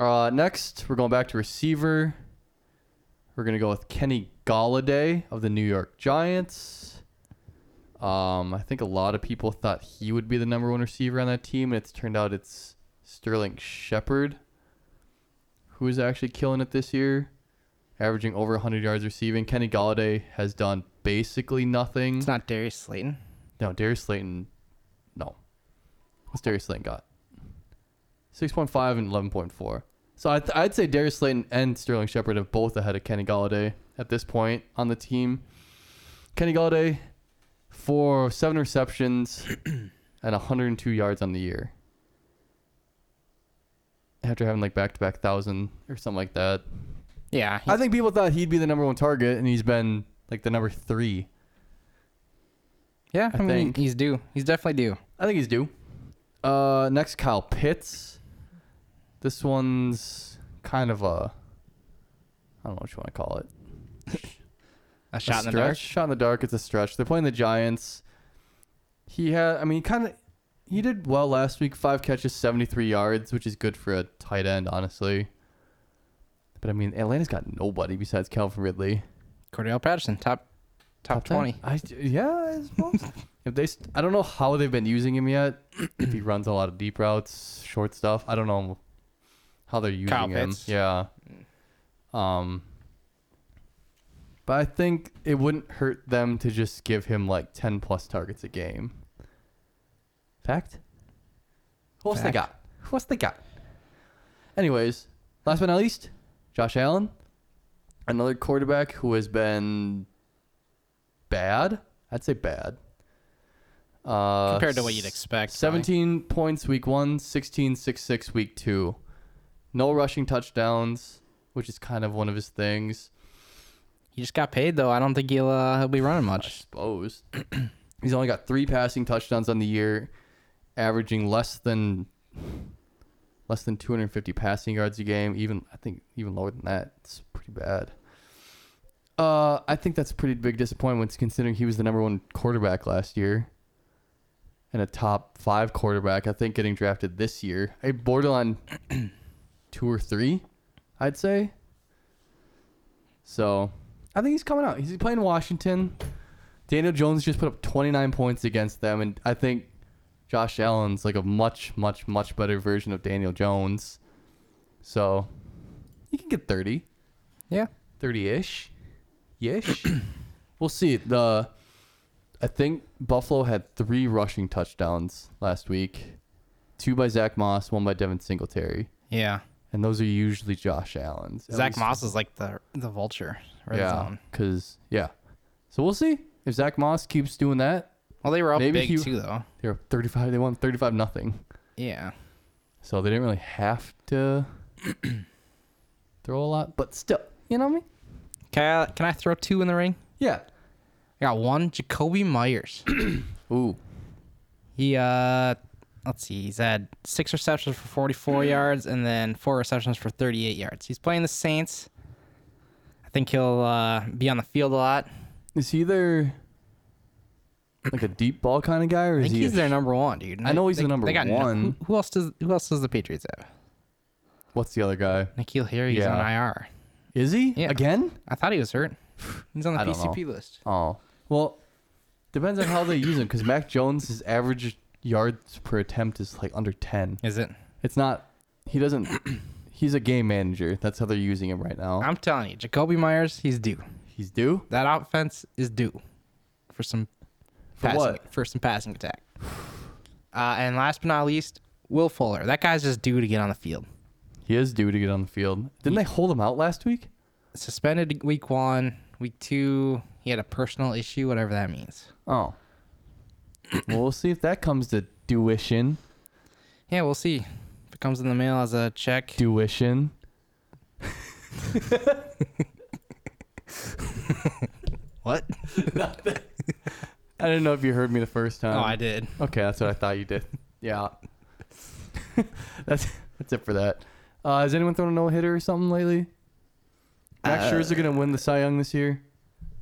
Uh, next, we're going back to receiver. We're gonna go with Kenny Galladay of the New York Giants. Um, I think a lot of people thought he would be the number one receiver on that team, and it's turned out it's Sterling Shepard, who is actually killing it this year, averaging over 100 yards receiving. Kenny Galladay has done basically nothing. It's not Darius Slayton. No, Darius Slayton. No. What's Darius Slayton got? 6.5 and 11.4. So I th- I'd say Darius Slayton and Sterling Shepard have both ahead of Kenny Galladay at this point on the team. Kenny Galladay for seven receptions and 102 yards on the year. After having like back to back thousand or something like that. Yeah. I think people thought he'd be the number one target, and he's been like the number three. Yeah, I, mean think. he's due. He's definitely due. I think he's due. Uh, next, Kyle Pitts. This one's kind of a, I don't know what you want to call it. A shot in the stretch? dark. Shot in the dark. It's a stretch. They're playing the Giants. He had. I mean, kind of. He did well last week. Five catches, seventy-three yards, which is good for a tight end, honestly. But I mean, Atlanta's got nobody besides Calvin Ridley. Cordell Patterson, top top, ten. twenty. I yeah. I suppose. if they, st- I don't know how they've been using him yet. if he runs a lot of deep routes, short stuff. I don't know how they're using Kyle him. Pitts. Yeah. Um. But I think it wouldn't hurt them to just give him like ten plus targets a game. Fact. Who else they Fact. got? Who else they got? Anyways, last but not least, Josh Allen, another quarterback who has been bad. I'd say bad. Uh, Compared to what you'd expect, probably. 17 points week one, 16 6 6 week two. No rushing touchdowns, which is kind of one of his things. He just got paid though. I don't think he'll uh, he'll be running much. I suppose. He's only got three passing touchdowns on the year, averaging less than less than 250 passing yards a game. Even I think even lower than that. It's pretty bad. Uh, I think that's a pretty big disappointment considering he was the number one quarterback last year and a top five quarterback. I think getting drafted this year, a borderline two or three, I'd say. So, I think he's coming out. He's playing Washington. Daniel Jones just put up 29 points against them, and I think Josh Allen's like a much, much, much better version of Daniel Jones. So, he can get 30. Yeah. 30 ish. Yish. we'll see. The I think Buffalo had three rushing touchdowns last week. Two by Zach Moss, one by Devin Singletary. Yeah. And those are usually Josh Allen's. At Zach least- Moss is like the the vulture. Red yeah, zone. Cause yeah. So we'll see if Zach Moss keeps doing that. Well, they were up maybe big he- too, though. They were up 35. They won 35 nothing. Yeah. So they didn't really have to throw a lot, but still, you know what I mean? Can I, can I throw two in the ring? Yeah. I got one, Jacoby Myers. Ooh. He uh let's see, he's had six receptions for forty four Mm. yards and then four receptions for thirty eight yards. He's playing the Saints. I think he'll uh, be on the field a lot. Is he their like a deep ball kind of guy, or I is think he? he's a- their number one, dude. I know he's the number no- one. who, who else does who else does the Patriots have? What's the other guy? Nikhil Harry's Yeah. on IR. Is he? Again? I thought he was hurt. He's on the I don't PCP know. list. Oh, well, depends on how they use him. Because Mac Jones' average yards per attempt is like under ten. Is it? It's not. He doesn't. he's a game manager. That's how they're using him right now. I'm telling you, Jacoby Myers, he's due. He's due. That offense is due for some For passing, what? For some passing attack. Uh, and last but not least, Will Fuller. That guy's just due to get on the field. He is due to get on the field. Didn't they hold him out last week? Suspended week one, week two. He had a personal issue, whatever that means. Oh. well, we'll see if that comes to tuition. Yeah, we'll see. If it comes in the mail as a check. Tuition. What? I didn't know if you heard me the first time. Oh, I did. Okay, that's what I thought you did. Yeah. that's that's it for that. Uh, has anyone thrown a no hitter or something lately? Max Uh, Scherzer gonna win the Cy Young this year?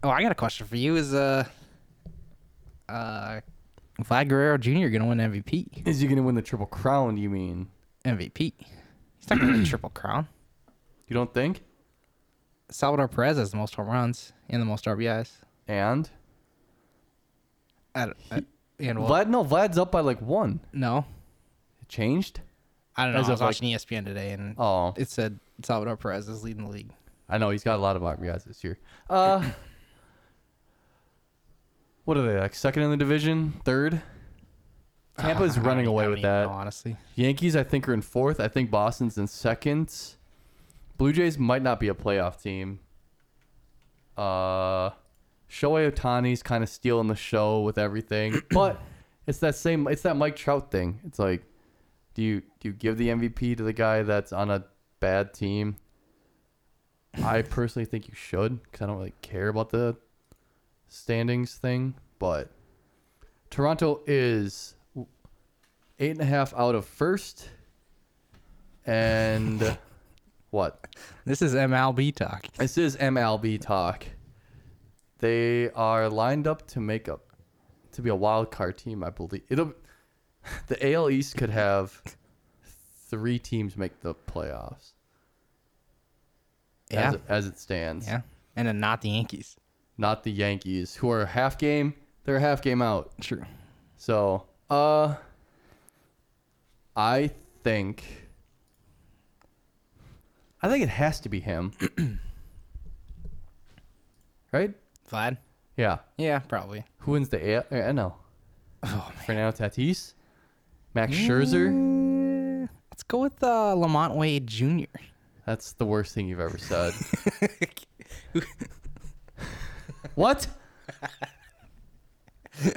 Oh, I got a question for you. Is uh, uh, Vlad Guerrero Jr. gonna win MVP? Is he gonna win the Triple Crown? You mean MVP? He's not gonna win the Triple Crown. You don't think? Salvador Perez has the most home runs and the most RBIs. And I don't, I, and what? Vlad, no, Vlad's up by like one. No. It changed? I don't know. As I of, was like- watching E ESPN today, and Oh. it said Salvador Perez is leading the league. I know he's got a lot of RBIs this year. Uh, what are they like? Second in the division, third. Tampa's I don't- running away I with don't even that. know, honestly. Yankees, I think, are in fourth. I think Boston's in second. Blue Jays might not be a playoff team. Uh, Shohei Otani's kind of stealing the show with everything, but it's that same. It's that Mike Trout thing. It's like, do you do you give the MVP to the guy that's on a bad team? I personally think you should because I don't really care about the standings thing, but Toronto is eight and a half out of first. And what? This is MLB talk. This is MLB talk. They are lined up to make up to be a wild card team, I believe. It'll the AL East could have three teams make the playoffs. Yeah. As it, as it stands. Yeah. And then not the Yankees. Not the Yankees, who are half game. They're half game out. True. So, uh, I think, I think it has to be him, right? Vlad? Yeah. Yeah, probably. Who wins the AL? uh, NL? Oh, Mm. Fernando Tatis, Max Scherzer. Let's go with uh, Lamont Wade Jr. That's the worst thing you've ever said. what?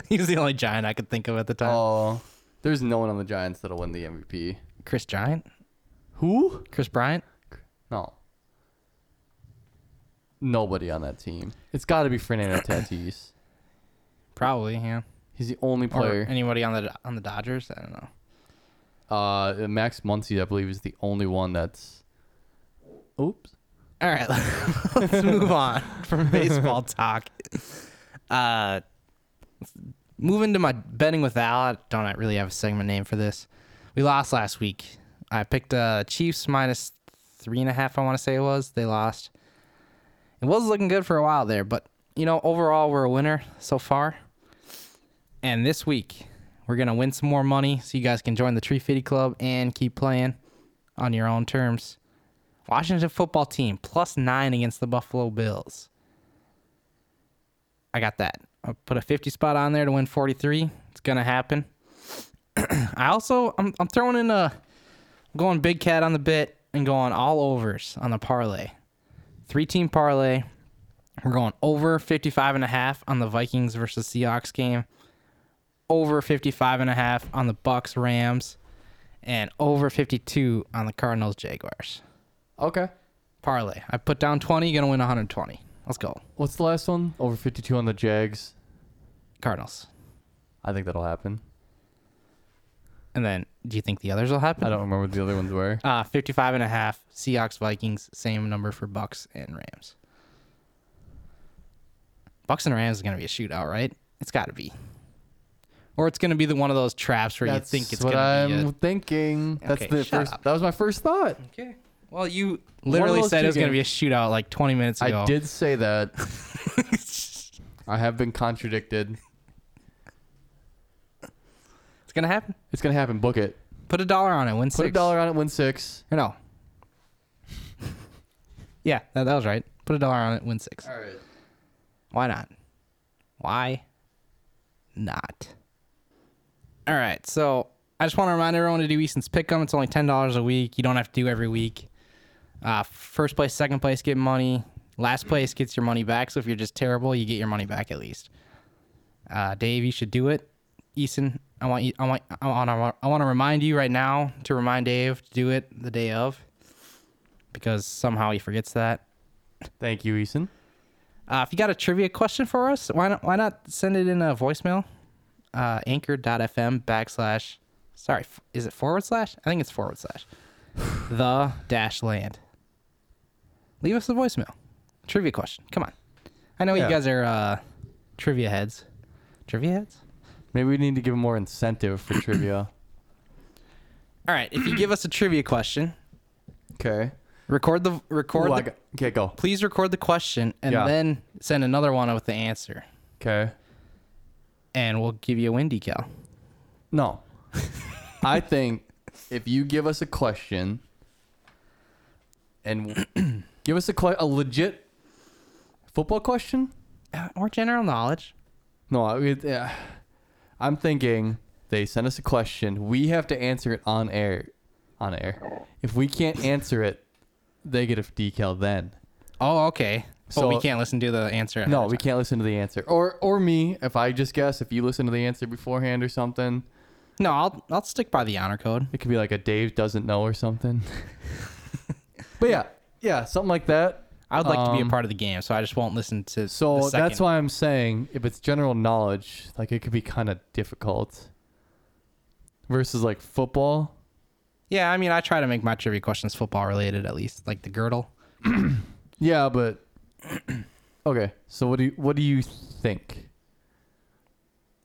he was the only Giant I could think of at the time. Oh, there's no one on the Giants that'll win the MVP. Chris Giant? Who? Chris Bryant? No. Nobody on that team. It's got to be Fernando Tatis. Probably, yeah. He's the only Or player. anybody on the on the Dodgers? I don't know. Uh, Max Muncy, I believe, is the only one that's. Oops. All right, let's move on from baseball talk. Uh, moving to my betting with Al. I don't really have a segment name for this. We lost last week. I picked uh, Chiefs minus three and a half. I want to say it was. They lost. It was looking good for a while there, but you know, overall we're a winner so far. And this week we're gonna win some more money, so you guys can join the Tree Fitty Club and keep playing on your own terms. Washington football team plus nine against the Buffalo Bills. I got that. I put a 50 spot on there to win 43. It's gonna happen. I also I'm, I'm throwing in a going big cat on the bit and going all overs on the parlay. Three team parlay. We're going over 55 and a half on the Vikings versus Seahawks game. Over 55 and a half on the Bucks Rams and over 52 on the Cardinals Jaguars. Okay. Parlay. I put down 20, going to win 120. Let's go. What's the last one? Over 52 on the Jags. Cardinals. I think that'll happen. And then, do you think the others will happen? I don't remember what the other ones were. Uh, 55 and a half, Seahawks, Vikings, same number for Bucks and Rams. Bucks and Rams is going to be a shootout, right? It's got to be. Or it's going to be the one of those traps where That's you think it's what going to I'm be a, thinking. That's Okay, the shut first. up. That was my first thought. Okay. Well, you One literally of those said two it was going to be a games. shootout like 20 minutes ago. I did say that. I have been contradicted. It's going to happen. It's gonna happen. Book it. Put a dollar on it, win Put six. a dollar on it. Win six. Or no. yeah, that, that was right. Put a dollar on it, win six. All right. Why not? Why not? All right, so I just want to remind everyone to do Easton's Pick'em. It's only ten dollars a week. You don't have to do every week. Uh, first place, second place get money. Last place gets your money back. So if you're just terrible, you get your money back at least. Uh, Dave, you should do it. Easton, I want you. I want. I want. I want, I want to remind you right now to remind Dave to do it the day of, because somehow he forgets that. Thank you, Eason. Uh, if you got a trivia question for us, why not why not send it in a voicemail? Uh, anchor.fm backslash sorry, f- is it forward slash? I think it's forward slash. the dash land. Leave us a voicemail. Trivia question. Come on. I know Yeah. you guys are uh, trivia heads. Trivia heads? Maybe we need to give him more incentive for trivia. All right, if you give us a trivia question, Okay. record the record Ooh, I the, got- okay, go. please record the question and Yeah. then send another one with the answer. Okay. and we'll give you a win decal. No. I think if you give us a question and w- give us a que- a legit football question or general knowledge. No, I, it, uh, I'm thinking they send us a question. We have to answer it on air. On air. If we can't answer it, they get a decal then. Oh, okay. So we can't listen to the answer. ahead No, of we can't listen to the answer. Or or me, if I just guess, if you listen to the answer beforehand or something. No, I'll I'll stick by the honor code. It could be like a Dave doesn't know or something. but yeah, yeah, something like that. I would like to be a Um, part of the game, so I just won't listen to. So the that's second- why I'm saying if it's general knowledge, like it could be kind of difficult. Versus like football, Yeah, I mean, I try to make my trivia questions football related, at least, like the girdle. yeah, but okay. So what do you what do you think?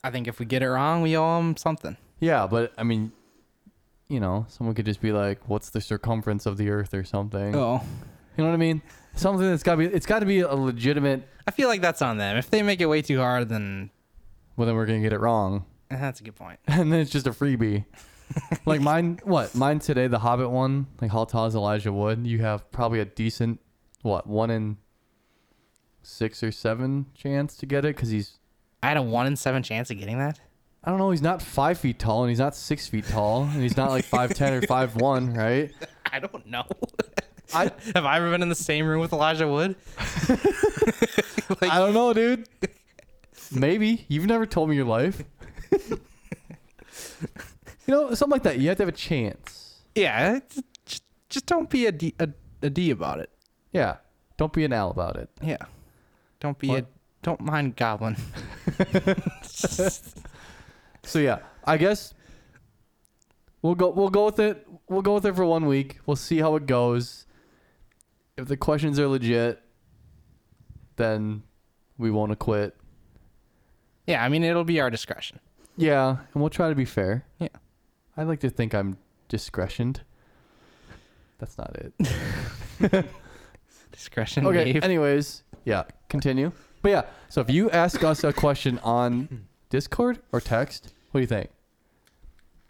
I think if we get it wrong, we owe them something. Yeah, but I mean, you know, someone could just be like, "What's the circumference of the Earth?" or something. Oh. you know what I mean? Something that's got to be it's got to be a legitimate. I feel like that's on them. If they make it way too hard, then Well, then we're gonna get it wrong. eh, that's a good point. and then it's just a freebie. like mine, what mine today, the Hobbit one, like Haltaz Elijah Wood. You have probably a decent, what one in six or seven chance to get it because he's. I had a one in seven chance of getting that. I don't know. He's not five feet tall, and he's not six feet tall, and he's not like five ten or five one, right? I don't know. Have I ever been in the same room with Elijah Wood? I don't know, dude. Maybe you've never told me your life. you know, something like that. You have to have a chance. Yeah, it's- just, just don't be a D, a, a D about it. Yeah, don't be an owl about it. Yeah, don't be a What? don't mind Goblin. So yeah, I guess we'll go we'll go with it. We'll go with it for one week. We'll see how it goes. If the questions are legit, then we won't acquit. yeah, I mean it'll be our discretion. Yeah, and we'll try to be fair. Yeah. I like to think I'm discretioned. That's not it. Discretion. okay, Dave. anyways, yeah, continue. But yeah, so if you ask us a question on Discord or text, what do you think?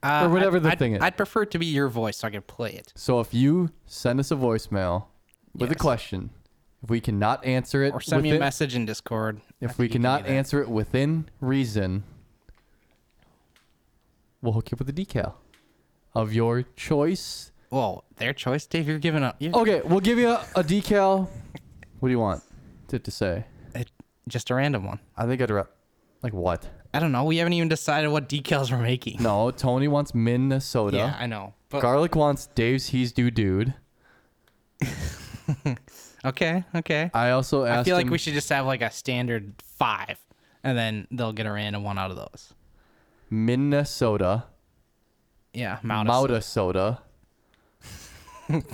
Uh, or whatever I'd- the I'd- thing is. I'd prefer it to be your voice so I can play it. So if you send us a voicemail with a Yes. question, if we cannot answer it, Or send me a within- message in Discord. If we cannot answer it within reason, we'll hook you up with a decal of your choice. Well, their choice, Dave. You're giving up. You're, Okay, we'll give you a, a decal. What do you want it to say? just a random one. I think I'd ra- like what? I don't know. We haven't even decided what decals we're making. No, Tony wants Minnesota. Yeah, I know, but- Garlic wants Dave's He's Do Dude. Okay, okay. I also asked. I feel like him- we should just have like a standard five, and then they'll get a random one out of those. Minnesota. Yeah, Mouda. Mouda soda.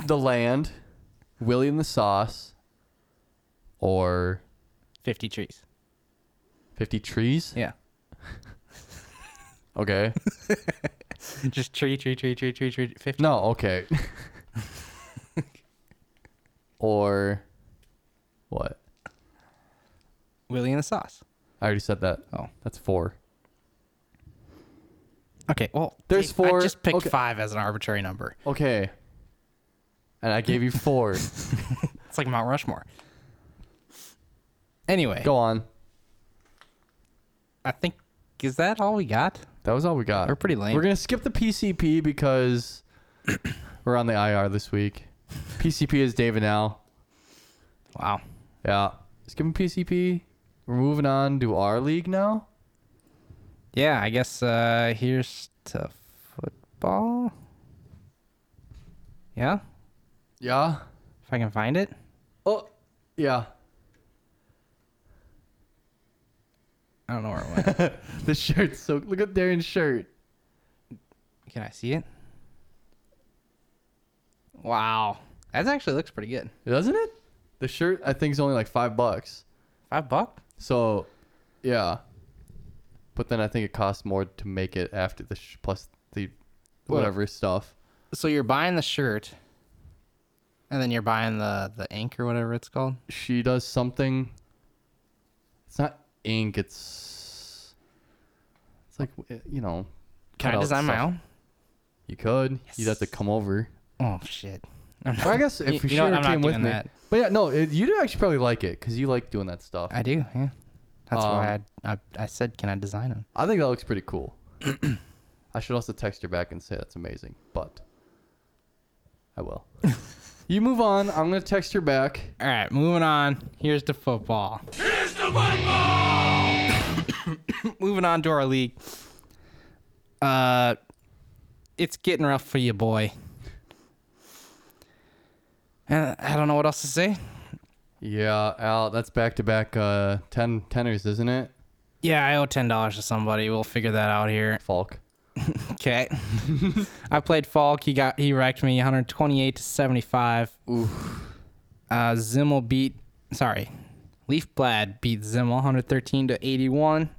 the land. Willie and the sauce. Or Fifty trees. fifty trees. Yeah. Okay. just tree, tree, tree, tree, tree, tree. Fifty. no. Okay. or what? Willie and the sauce. I already said that. Oh. that's four. Okay. Well, There's Dave, four- I just picked okay. five as an arbitrary number. Okay. And I gave you four. It's like Mount Rushmore. Anyway, Go on. I think is that all we got? That was all we got. We're pretty lame. We're gonna skip the PCP because we're on the IR this week. PCP is David now. Wow. Yeah. Skipping PCP. We're moving on to our league now. Yeah, I guess uh here's to football. Yeah, Yeah. if I can find it. Oh. Yeah. I don't know where it went. The shirt's so. Look at Darren's shirt. can I see it? Wow, that actually looks pretty good. Doesn't it? The shirt I think is only like five bucks. Five buck? So, yeah. But then I think it costs more to make it after the sh- plus the Well- whatever stuff. So you're buying the shirt, and then you're buying the the ink or whatever it's called. She does something. It's not ink. It's It's like w- you know. Can cut I out design my stuff. own? You could. You'd have to come over. Oh shit. Well, I guess if You- you, you know what, sure I'm not came with doing me. that. But yeah, no, it, you'd actually probably like it because you like doing that stuff. I do. Yeah. That's why Um, I, I I said, can I design them? I think that looks pretty cool. I should also text her back and say that's amazing, but I will. you move on. I'm gonna text her back. All right, moving on. Here's the football. Here's the football. moving on to our league. Uh, it's getting rough for you, boy. And Uh, I don't know what else to say. Yeah, Al, that's back to back uh 10 tenors, isn't it? Yeah, I owe ten dollars to somebody. We'll figure that out here. Falk. okay. I played Falk. He got he wrecked me 128 to 75. Oof. Uh, Zimmel beat sorry, Leaf Blad beat Zimmel 113 to 81.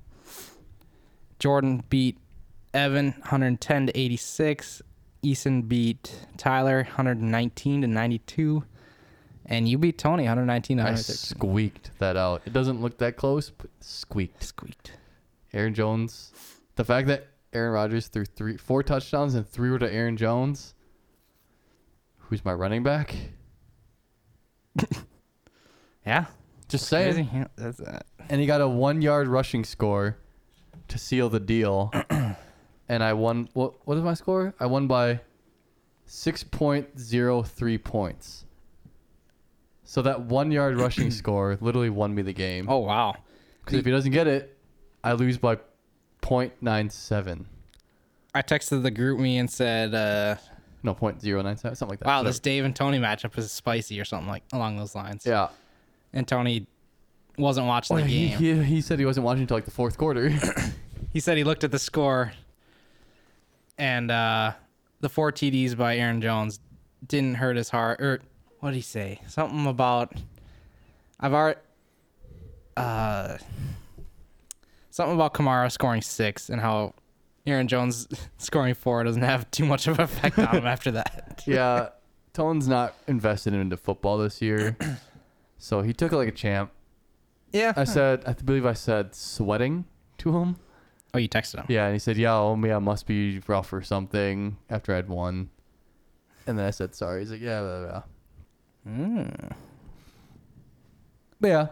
Jordan beat Evan 110 to 86. Eason beat Tyler 119 to 92. And you beat Tony 119 to I 106. squeaked that out. It doesn't look that close, but squeaked. Squeaked. Aaron Jones. The fact that Aaron Rodgers threw three, four touchdowns and three were to Aaron Jones, who's my running back. yeah. Just saying. Crazy. Yeah, that's that. and he got a one yard rushing score to seal the deal. and I won. What what is my score? I won by six point zero three points. So that one yard rushing score literally won me the game. Oh wow! Because if he doesn't get it, I lose by 0.97. I texted the group me and said, uh, no, 0.097, something like that. Wow, Whatever. this Dave and Tony matchup is spicy or something like along those lines. Yeah. And Tony wasn't watching Oh, the he, game. He, he, he said he wasn't watching until like the fourth quarter. said he looked at the score and uh, the four TDs by Aaron Jones didn't hurt his heart. Or what did he say? Something about I've already uh, something about Kamara scoring six and how Aaron Jones scoring four doesn't have too much of an effect on him after that. yeah, Tone's not invested into football this year, so he took it like a champ. Yeah, I said, I believe I said sweating to him. Oh, you texted him. Yeah, and he said, "Yeah, oh, yeah, must be rough or something." After I'd won, and then I said, "Sorry." He's like, "Yeah, blah, blah, blah." But yeah,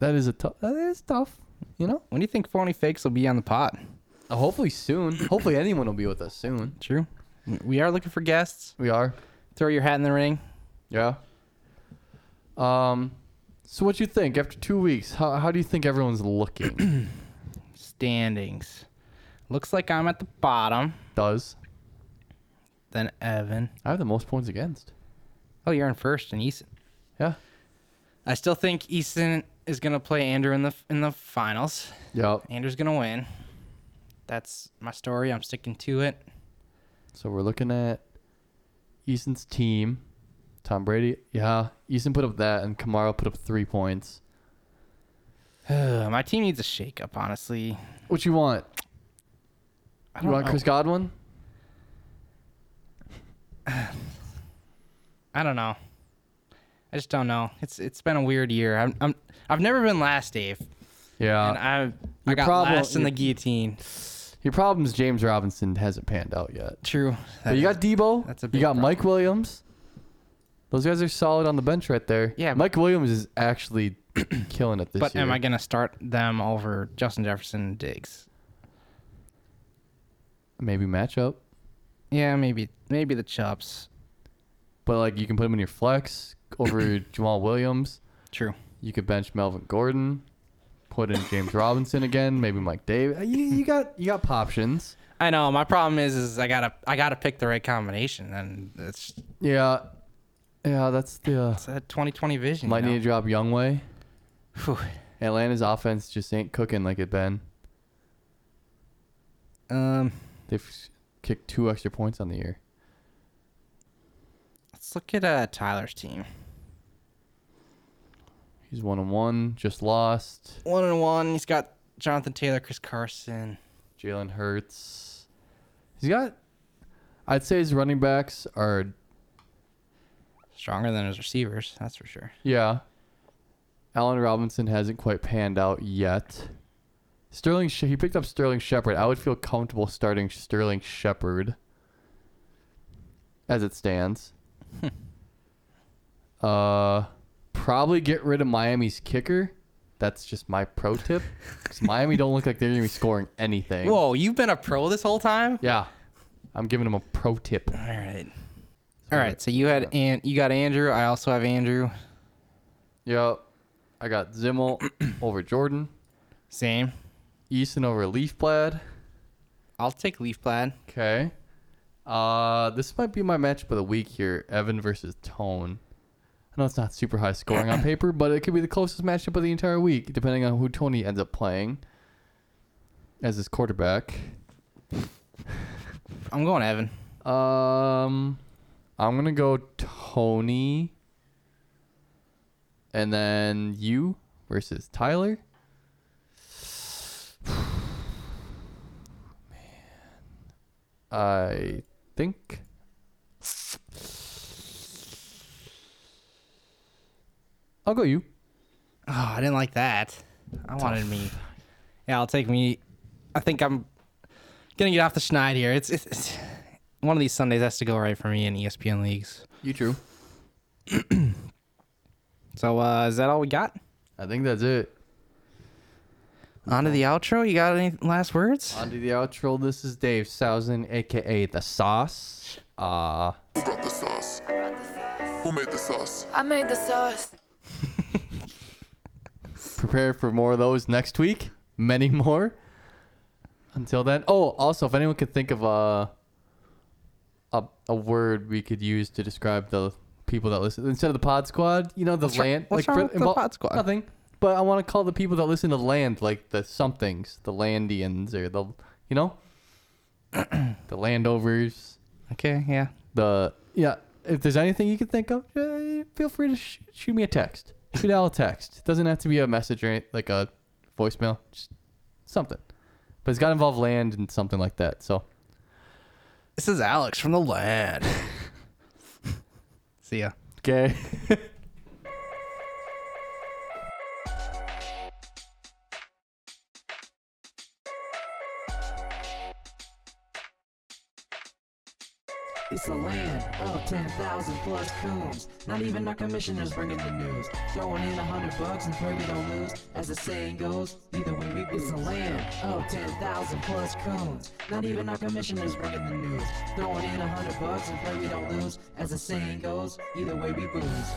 that is a tough. That is tough. You know. When do you think Phony Fakes will be on the pot? hopefully soon. hopefully anyone will be with us soon. True. We are looking for guests. We are. Throw your hat in the ring. Yeah. Um, so what you think after two weeks? How how do you think everyone's looking? Standings. Looks like I'm at the bottom. Does. Then Evan. I have the most points against. Oh, you're in first, and Easton. Yeah. I still think Easton is gonna play Andrew in the in the finals. Yep. Andrew's gonna win. That's my story. I'm sticking to it. So we're looking at Easton's team. Tom Brady. Yeah. Easton put up that, and Kamara put up three points. my team needs a shakeup, honestly. What you want? I You don't want know. Chris Godwin? I don't know. I just don't know. It's it's been a weird year. I'm, I'm I've never been last, Dave. Yeah. And I I Your got problem- last in the your- guillotine. Your problem is James Robinson hasn't panned out yet. True. But you got Debo. that's a you big got Mike Williams. Those guys are solid on the bench right there. Yeah, Mike Williams is actually killing it this But year. am I gonna start them over Justin Jefferson and Diggs? Maybe matchup. Yeah, maybe maybe the Chubbs. But like you can put him in your flex over Jamal Williams. True. You could bench Melvin Gordon, put in James Robinson again, maybe Mike Davis. You, you got you got poptions. I know. My problem is is I gotta I gotta pick the right combination, and it's Yeah. Yeah, that's the uh, it's that 2020 vision. might you know? need to drop Youngway. Atlanta's offense just ain't cooking like it been. Um They've s- kicked two extra points on the year. Let's look at uh, Tyler's team. He's one on one, just lost. One and one. He's got Jonathan Taylor, Chris Carson. Jalen Hurts. He's got. I'd say his running backs are Stronger than his receivers, that's for sure. yeah. Allen Robinson hasn't quite panned out yet. Sterling, She- he picked up Sterling Shepard. I would feel comfortable starting Sterling Shepard as it stands. uh, probably get rid of Miami's kicker. That's just my pro tip. 'Cause Miami don't look like they're gonna be scoring anything. Whoa, you've been a pro this whole time? Yeah, I'm giving him a pro tip. All right. All right, so you had and you got Andrew. I also have Andrew. Yep. I got Zimmel over Jordan. Same. Easton over Leaf Plaid. I'll take Leaf Plaid. Okay. Uh, this might be my matchup of the week here: Evan versus Tone. I know it's not super high scoring on paper, but it could be the closest matchup of the entire week, depending on who Tony ends up playing as his quarterback. I'm going Evan. Um, I'm gonna go Tony, and then you versus Tyler. I think. I'll go you. Oh, I didn't like that. I wanted me. Yeah, I'll take me. I think I'm gonna get off the schneid here. It's, it's, it's one of these Sundays has to go right for me in E ESPN leagues. You true. so uh, is that all we got? I think that's it. On to the outro. You got any last words? Onto the outro. This is Dave Sousen, aka the Sauce. Uh Who brought the sauce? Who made the sauce? I made the sauce. prepare for more of those next week. Many more. Until then. Oh, also, if anyone could think of a a, a word we could use to describe the people that listen instead of the Pod Squad, you know the What's wrong- land. what's wrong with the invo- Pod Squad? Nothing. But I want to call the people that listen to land like the somethings, the Landians, or the you know, the Landovers. Okay. Yeah. The yeah. If there's anything you can think of, uh, feel free to sh- shoot me a text. Shoot Al a text. It doesn't have to be a message or any- like a voicemail. Just something. But it's got to involve land and something like that. So This is Alex from the land. See ya. okay. It's a land of 10,000 plus coons. Not even our commissioners bringing the news. Throwing in a hundred bucks and pray we don't lose. As the saying goes, either way we lose. It's a land of 10,000 plus coons. Not even our commissioners bringing the news. Throwing in a hundred bucks and pray we don't lose. As the saying goes, either way we lose.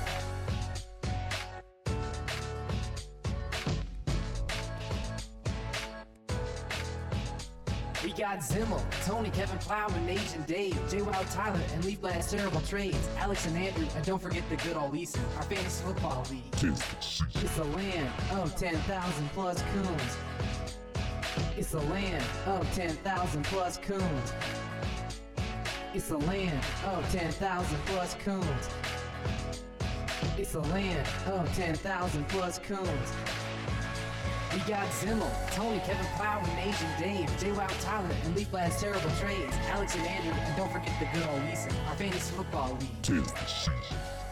We got Zimmel, Tony, Kevin Plow, and Asian Dave, J. Wild Tyler, and Leaf Blast Terrible Trades, Alex and Andrew, and don't forget the good old Leeson, our fantasy football league. It's a land of 10,000 plus coons. It's a land of 10,000 plus coons. It's a land of 10,000 plus coons. It's a land of 10,000 plus coons. We got Zimmel, Tony, Kevin Plow, and Asian Dave, J. Wild Tyler, and Leaf Blast Terrible Trades, Alex and Andrew, and don't forget the good old Leeson, our fantasy football league.